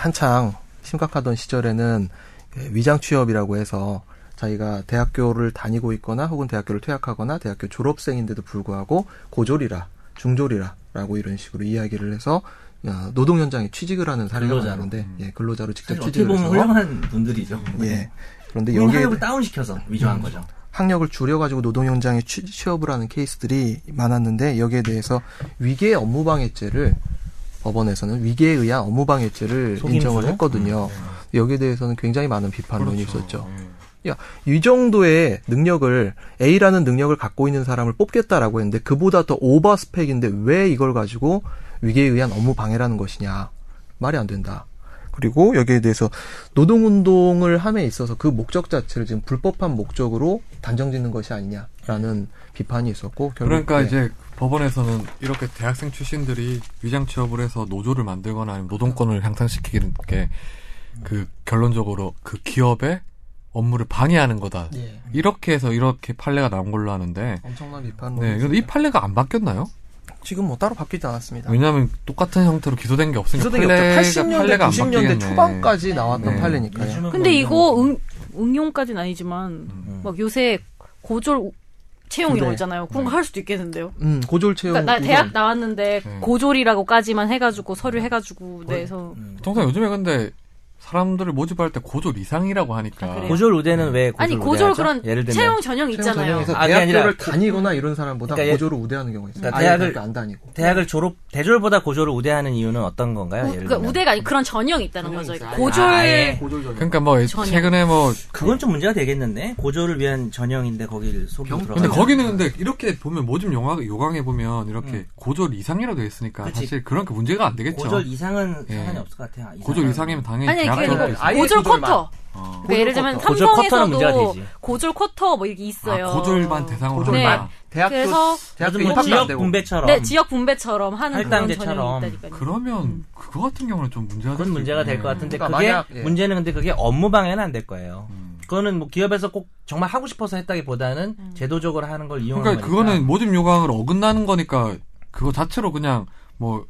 한창 심각하던 시절에는 예, 위장 취업이라고 해서 자기가 대학교를 다니고 있거나 혹은 대학교를 퇴학하거나 대학교 졸업생인데도 불구하고 고졸이라 중졸이라라고 이런 식으로 이야기를 해서 어, 노동 현장에 취직을 하는 사례가 근로자로. 음. 많은데 예, 근로자로 직접 사실 어떻게 취직을 보면 해서 훌륭한 분들이죠. 예. 그런데 국민 여기에 학력을 다운시켜서 위조한 거죠. 학력을 줄여가지고 노동 현장에 취, 취업을 하는 케이스들이 많았는데 여기에 대해서 위계 업무방해죄를 법원에서는 위계에 의한 업무방해죄를 속임수? 인정을 했거든요. 여기에 대해서는 굉장히 많은 비판론이 그렇죠. 있었죠. 예. 야, 이 정도의 능력을 A라는 능력을 갖고 있는 사람을 뽑겠다라고 했는데 그보다 더 오버 스펙인데 왜 이걸 가지고 위계에 의한 업무 방해라는 것이냐 말이 안 된다. 그리고 여기에 대해서 노동운동을 함에 있어서 그 목적 자체를 지금 불법한 목적으로 단정짓는 것이 아니냐라는 비판이 있었고 결국- 그러니까 네. 이제 법원에서는 이렇게 대학생 출신들이 위장 취업을 해서 노조를 만들거나 아니면 노동권을 향상시키는 게 그 결론적으로 그 기업의 업무를 방해하는 거다. 예, 이렇게 해서 이렇게 판례가 나온 걸로 아는데 엄청난 비판론. 네, 근데 이 판례가 안 바뀌었나요? 지금 뭐 따로 바뀌지 않았습니다. 왜냐하면 똑같은 형태로 기소된 게 없으니까 기소된 게 없죠. 판례가 80년대, 판례가 안 90년대 바뀌겠네. 초반까지 나왔던 네. 음. 뭐 판례니까요. 근데 이거 응, 응용까지는 아니지만 막 요새 고졸 채용 이런 네. 거 있잖아요. 그런 거 할 수도 있겠는데요. 음, 고졸 채용. 그러니까 나 대학 우선. 나왔는데 네. 고졸이라고까지만 해가지고 서류 해가지고 내서 통상 요즘에 근데 사람들을 모집할 때 고졸 이상이라고 하니까. 아, 그래요? 네. 고졸 우대는 왜 고졸 아니 우대하죠? 고졸 그런 예를 들면 채용 전형 채용 있잖아요. 전형에서 아, 그게 대학교를 아니라 다니거나 이런 사람보다 그러니까 얘- 고졸을 우대하는 경우가 있어요. 그러니까 아예 대학을- 대학교 안 다니고. 대학을 졸업 대졸보다 고졸을 우대하는 이유는 어떤 건가요? 우- 예를 그러니까 들면. 우대가 아니 그런 전형이 있다는 거죠. 있어요. 고졸 아, 예. 고졸 전형. 그러니까 뭐 전혀. 최근에 뭐 그건 좀 문제가 되겠는데 고졸을 위한 전형인데 거길 속으로 병- 들어가. 근데 거기는 근데 이렇게 보면 모집 용화, 요강에 보면 이렇게 음. 고졸 이상이라고 되어 있으니까 그치. 사실 그런 게 문제가 안 되겠죠. 고졸 이상은 예. 상관이 없을 것 같아요. 고졸 이상은. 이상이면 당연히 아니 대학 졸업도 그러니까 있어. 아예 고졸 고졸만. 쿼터. 어. 그러니까 예를 들면 쿼터. 고졸 쿼터는 문제가 삼성에서도 되지. 고졸 쿼터 뭐 이렇게 있어요. 아, 고졸만 대상으로 고졸만. 한다. 대학교 네. 그래서 대학교 요즘 뭐 입학도 안 지역 되고. 분배처럼 네, 지역 분배처럼 하는 그런 할당제처럼. 전형이 있다니까요. 그러면 음. 그거 같은 경우는 좀 문제가 그건 될수 문제가 될 것 있겠네. 같은데 그러니까 그게 만약- 예. 문제는 근데 그게 업무 방해는 안 될 거예요. 음. 그거는 뭐 기업에서 꼭 정말 하고 싶어서 했다기보다는 음. 제도적으로 하는 걸 이용하는 그러니까 거니까. 그거는 모집 요강을 어긋나는 거니까 그거 자체로 그냥 뭐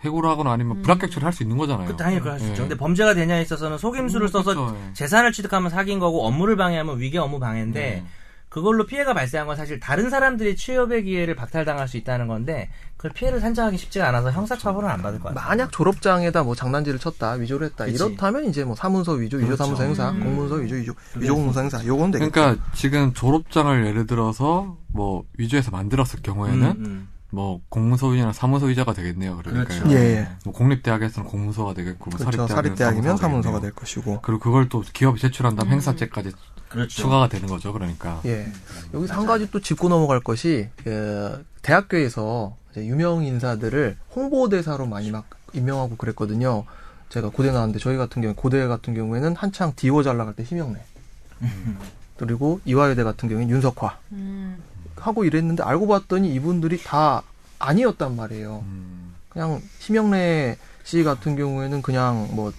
해고를 하거나 아니면 불합격 처리할 수 있는 거잖아요. 그 당연히 그걸 할 수 있죠. 예. 근데 범죄가 되냐에 있어서는 속임수를 음, 써서 그렇죠, 예. 재산을 취득하면 사기인 거고 업무를 방해하면 위계 업무 방해인데 음. 그걸로 피해가 발생한 건 사실 다른 사람들이 취업의 기회를 박탈당할 수 있다는 건데 그 피해를 산정하기 쉽지가 않아서 형사처벌은 안 받을 것 같아요. 만약 졸업장에다 뭐 장난질을 쳤다, 위조를 했다, 그치. 이렇다면 이제 뭐 사문서 위조, 위조 사문서 행사, 음. 공문서 위조, 위조, 위조 공문서 행사, 요건 되겠죠. 그러니까 지금 졸업장을 예를 들어서 뭐 위조해서 만들었을 경우에는 음, 음. 뭐 공문서 위자나 사무소 위자가 되겠네요. 그러니까요. 그렇죠. 예, 예. 뭐 공립대학에서는 공문서가 되겠고 뭐 그렇죠. 사립대학에서는 사립대학이면 사무소가 사문서가 될 되겠네요. 것이고. 그리고 그걸 또 기업이 제출한 다음 행사죄까지 그렇죠. 추가가 되는 거죠. 그러니까. 예. 여기서 한 가지 또 짚고 넘어갈 것이 그 대학교에서 이제 유명 인사들을 홍보대사로 많이 막 임명하고 그랬거든요. 제가 고대 나왔는데 저희 같은 경우 고대 같은 경우에는 한창 디오 잘 나갈 때 심형래 그리고 이화여대 같은 경우에는 윤석화 음. 하고 이랬는데 알고 봤더니 이분들이 다 아니었단 말이에요. 음, 그냥 심영래 씨 같은 경우에는 그냥 뭐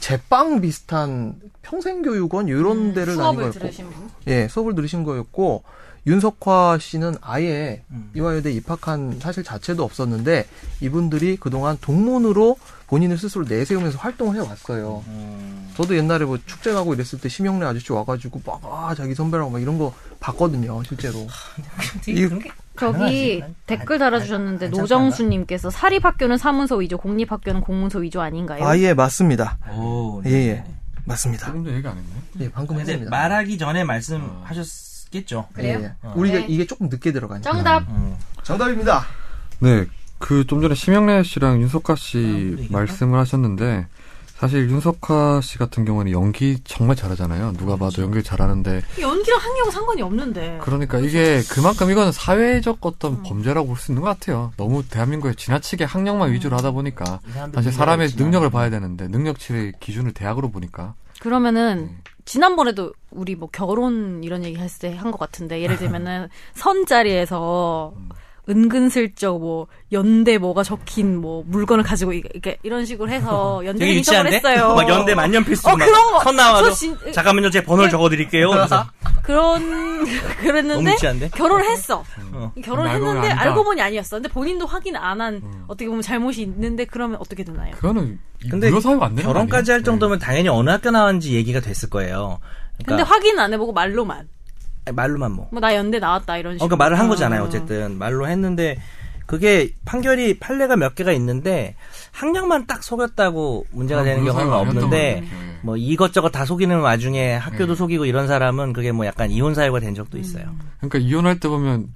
제빵 비슷한 평생교육원 이런 음, 데를 다닌 수업을 거였고 들으신 분. 예, 수업을 들으신 거였고 윤석화 씨는 아예 음. 이화여대 입학한 사실 자체도 없었는데 이분들이 그동안 동문으로 본인을 스스로 내세우면서 활동을 해왔어요. 음. 저도 옛날에 뭐 축제 가고 이랬을 때 심영래 아저씨 와가지고 막 아, 자기 선배라고 막 이런 거 봤거든요, 실제로. 이- 그런 게 저기 가능하지. 댓글 달아주셨는데 아, 노정수님께서 사립학교는 사문서 위조, 공립학교는 공문서 위조 아닌가요? 아, 예, 맞습니다. 오, 네. 예, 예. 맞습니다. 조금 전그 얘기 안 했네. 예, 방금 근데 했습니다. 말하기 전에 말씀하셨겠죠. 예, 그래요? 예. 우리가 네. 이게 조금 늦게 들어가니까. 정답. 음. 정답입니다. 네. 그 좀 전에 심영래 씨랑 윤석화 씨 아, 말씀을 하셨는데 사실 윤석화 씨 같은 경우는 연기 정말 잘하잖아요. 누가 그렇죠. 봐도 연기를 잘하는데 네. 연기랑 학력은 상관이 없는데. 그러니까 이게 그렇죠. 그만큼 이거는 사회적 어떤 음. 범죄라고 볼 수 있는 것 같아요. 너무 대한민국에 지나치게 음. 학력만 위주로 하다 보니까 이 사람들 사실 능력이 사람의 있지만. 능력을 봐야 되는데 능력치의 기준을 대학으로 보니까 그러면은 네. 음. 지난번에도 우리 뭐 결혼 이런 얘기 했을 때 한 것 같은데 예를 들면은 선 자리에서 음. 은근슬쩍 뭐 연대 뭐가 적힌 뭐 물건을 가지고 이- 이렇게 이런 식으로 해서 연대 되게 인정을 유치한데? 했어요. 막 연대 만년필수 어, 그런 거. 선 나와서 저 진- 잠깐만요 제 번호를 예. 적어드릴게요. 그래서 그런 너무 그랬는데 유치한데? 결혼을 했어. 어. 결혼을 알고 보면 했는데 아니다. 알고 보니 아니었어. 근데 본인도 확인 안 한 음. 어떻게 보면 잘못이 있는데 그러면 어떻게 되나요? 그거는 이 근데 무효 사유가 안 네. 되는 거 결혼까지 아니에요? 할 정도면 당연히 어느 학교 나왔는지 얘기가 됐을 거예요. 근데 그러니까 확인 안 해보고 말로만 아니, 말로만 뭐. 뭐 나 연대 나왔다 이런 어, 식으로. 그러니까 말을 한 거잖아요. 아. 어쨌든 말로 했는데 그게 판결이 판례가 몇 개가 있는데 학력만 딱 속였다고 문제가 그건 되는 무효 경우는 사유가 아니었던 없는데 거죠. 예. 뭐 이것저것 다 속이는 와중에 음. 학교도 속이고 이런 사람은 그게 뭐 약간 이혼 사유가 된 음. 적도 있어요. 그러니까 이혼할 때 보면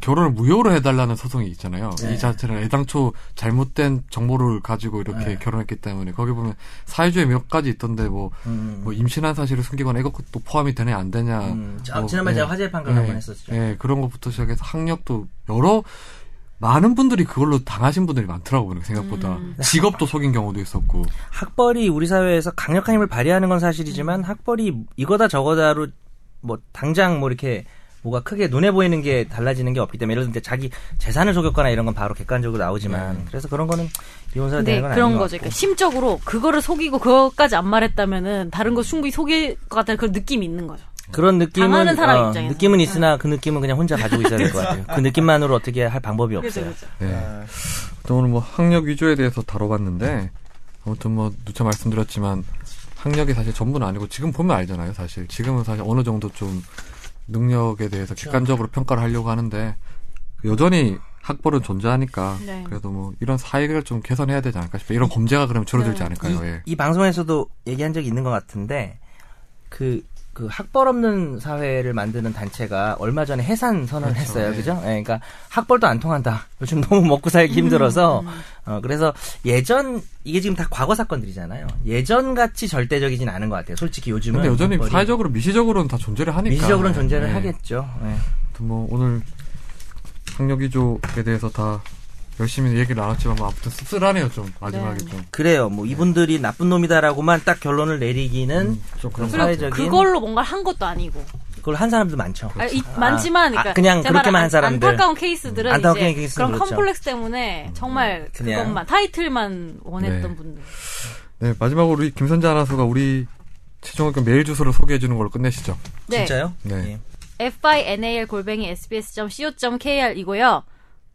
결혼을 무효로 해달라는 소송이 있잖아요. 네. 이 자체는 애당초 잘못된 정보를 가지고 이렇게 네. 결혼했기 때문에 거기 보면 사회주의 몇 가지 있던데 뭐, 음. 뭐 임신한 사실을 숨기거나 이것도 포함이 되냐 안 되냐. 음. 자- 뭐, 지난번에 예. 제가 화재 판결 예. 한번 했었죠. 예, 그런 것부터 시작해서 학력도 여러 많은 분들이 그걸로 당하신 분들이 많더라고요. 생각보다 직업도 속인 경우도 있었고. 학벌이 우리 사회에서 강력한 힘을 발휘하는 건 음. 사실이지만 학벌이 이거다 저거다로 뭐 당장 뭐 이렇게 뭐가 크게 눈에 보이는 게 달라지는 게 없기 때문에 예를 들면 이제 자기 재산을 속였거나 이런 건 바로 객관적으로 나오지만 예. 그래서 그런 거는 이혼사가 네, 되는 건 그런 아닌 거죠. 것 그러니까 같고. 심적으로 그거를 속이고 그거까지 안 말했다면은 다른 거 충분히 속일 것 같다는 그런 느낌이 있는 거죠. 그런 느낌은 어, 당하는 예. 사람 입장에서. 느낌은 있으나 그 느낌은 그냥 혼자 가지고 있어야 될 것 같아요. 그 느낌만으로 어떻게 할 방법이 그죠, 없어요. 그죠. 네. 또 오늘 뭐 학력 위조에 대해서 다뤄봤는데 아무튼 뭐 누차 말씀드렸지만 학력이 사실 전부는 아니고 지금 보면 알잖아요 사실 지금은 사실 어느 정도 좀 능력에 대해서 그렇죠. 객관적으로 평가를 하려고 하는데 여전히 학벌은 존재하니까 네. 그래도 뭐 이런 사이를 좀 개선해야 되지 않을까 싶어요. 이런 범죄가 그러면 줄어들지 네. 않을까요? 예. 이 방송에서도 얘기한 적이 있는 것 같은데 그, 그 학벌 없는 사회를 만드는 단체가 얼마 전에 해산 선언을 했어요, 예. 그죠? 예, 그러니까 학벌도 안 통한다. 요즘 너무 먹고 살기 힘들어서 음. 어, 그래서 예전 이게 지금 다 과거 사건들이잖아요. 예전 같이 절대적이진 않은 것 같아요. 솔직히 요즘은 근데 여전히 학벌이 사회적으로 미시적으로는 다 존재를 하니까 미시적으로는 존재를 예. 하겠죠. 예. 아무튼 뭐 오늘 학력이조에 대해서 다 열심히 얘기를 나눴지만 뭐 아무튼 씁쓸하네요 좀 마지막에 네. 좀. 그래요. 뭐 이분들이 나쁜 놈이다라고만 딱 결론을 내리기는 좀 그런 그리고 거. 사회적인- 그걸로 뭔가 한 것도 아니고 그걸 한 사람도 많죠. 아, 이- 많지만 아, 그러니까 그냥 제 말은 그렇게만 안- 한 사람들. 안타까운 케이스들은 안타까운 이제 케이스는 그런 그렇죠. 컴플렉스 때문에 정말 그냥. 그것만 타이틀만 원했던 네. 분들 네 마지막으로 우리 김선재 아나운서가 우리 최종 의견 메일 주소를 소개해 주는 걸로 끝내시죠. 네. 진짜요? 네. 예. final 골뱅이 sbs.co.kr이고요.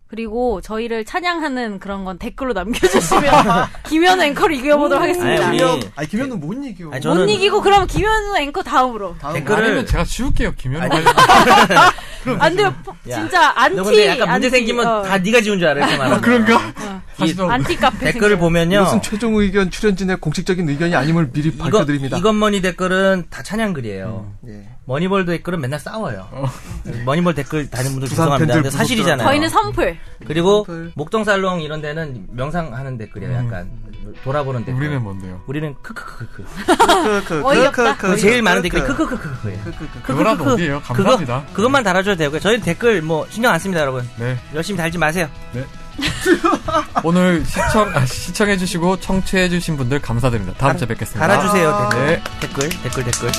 그리고 저희를 찬양하는 그런 건 댓글로 남겨주시면 김현우 앵커를 이겨보도록 하겠습니다. 아니, 우리- 김현, 아니 김현은 못 이겨. 아니, 못 저는- 이기고 그럼 김현우 앵커 다음으로. 다음 댓글을- 아니면 제가 지울게요 김현우 아니. 관련. 안 돼요. 포- 야. 진짜 안티. 너 근데 약간 문제 안티, 생기면 어, 다 네가 지운 줄 알아 이렇게 말하는 거야. 그런가? 사실 좀 안티 카페. 댓글을 생겨요. 보면요. 이것은 최종 의견 출연진의 공식적인 의견이 아님을 미리 밝혀드립니다. 이건 머니 댓글은 다 찬양글이에요. 음. 예. 머니볼 댓글은 맨날 싸워요. 머니볼 댓글 다는 분들 부산 죄송합니다. 팬들 근데 사실이잖아요. 저희는 선플. 그리고 선플. 목동 살롱 이런 데는 명상하는 댓글이에요. 약간 돌아보는 댓글. 우리는 뭐- 뭔데요? 우리는 크크크크크. 아, 어이없다. 그 제일 많은 댓글이 크크크크크예요. 그거란 어디예요? 감사합니다. 그거, 그것만 달아줘도 되고요. 저희 댓글 뭐 신경 안 씁니다, 여러분. 네. 열심히 달지 마세요. 오늘 시청 아, 시청해주시고 청취해주신 분들 감사드립니다. 다음 주에 뵙겠습니다. 달아주세요, 댓글. 네. 댓글, 댓글, 댓글.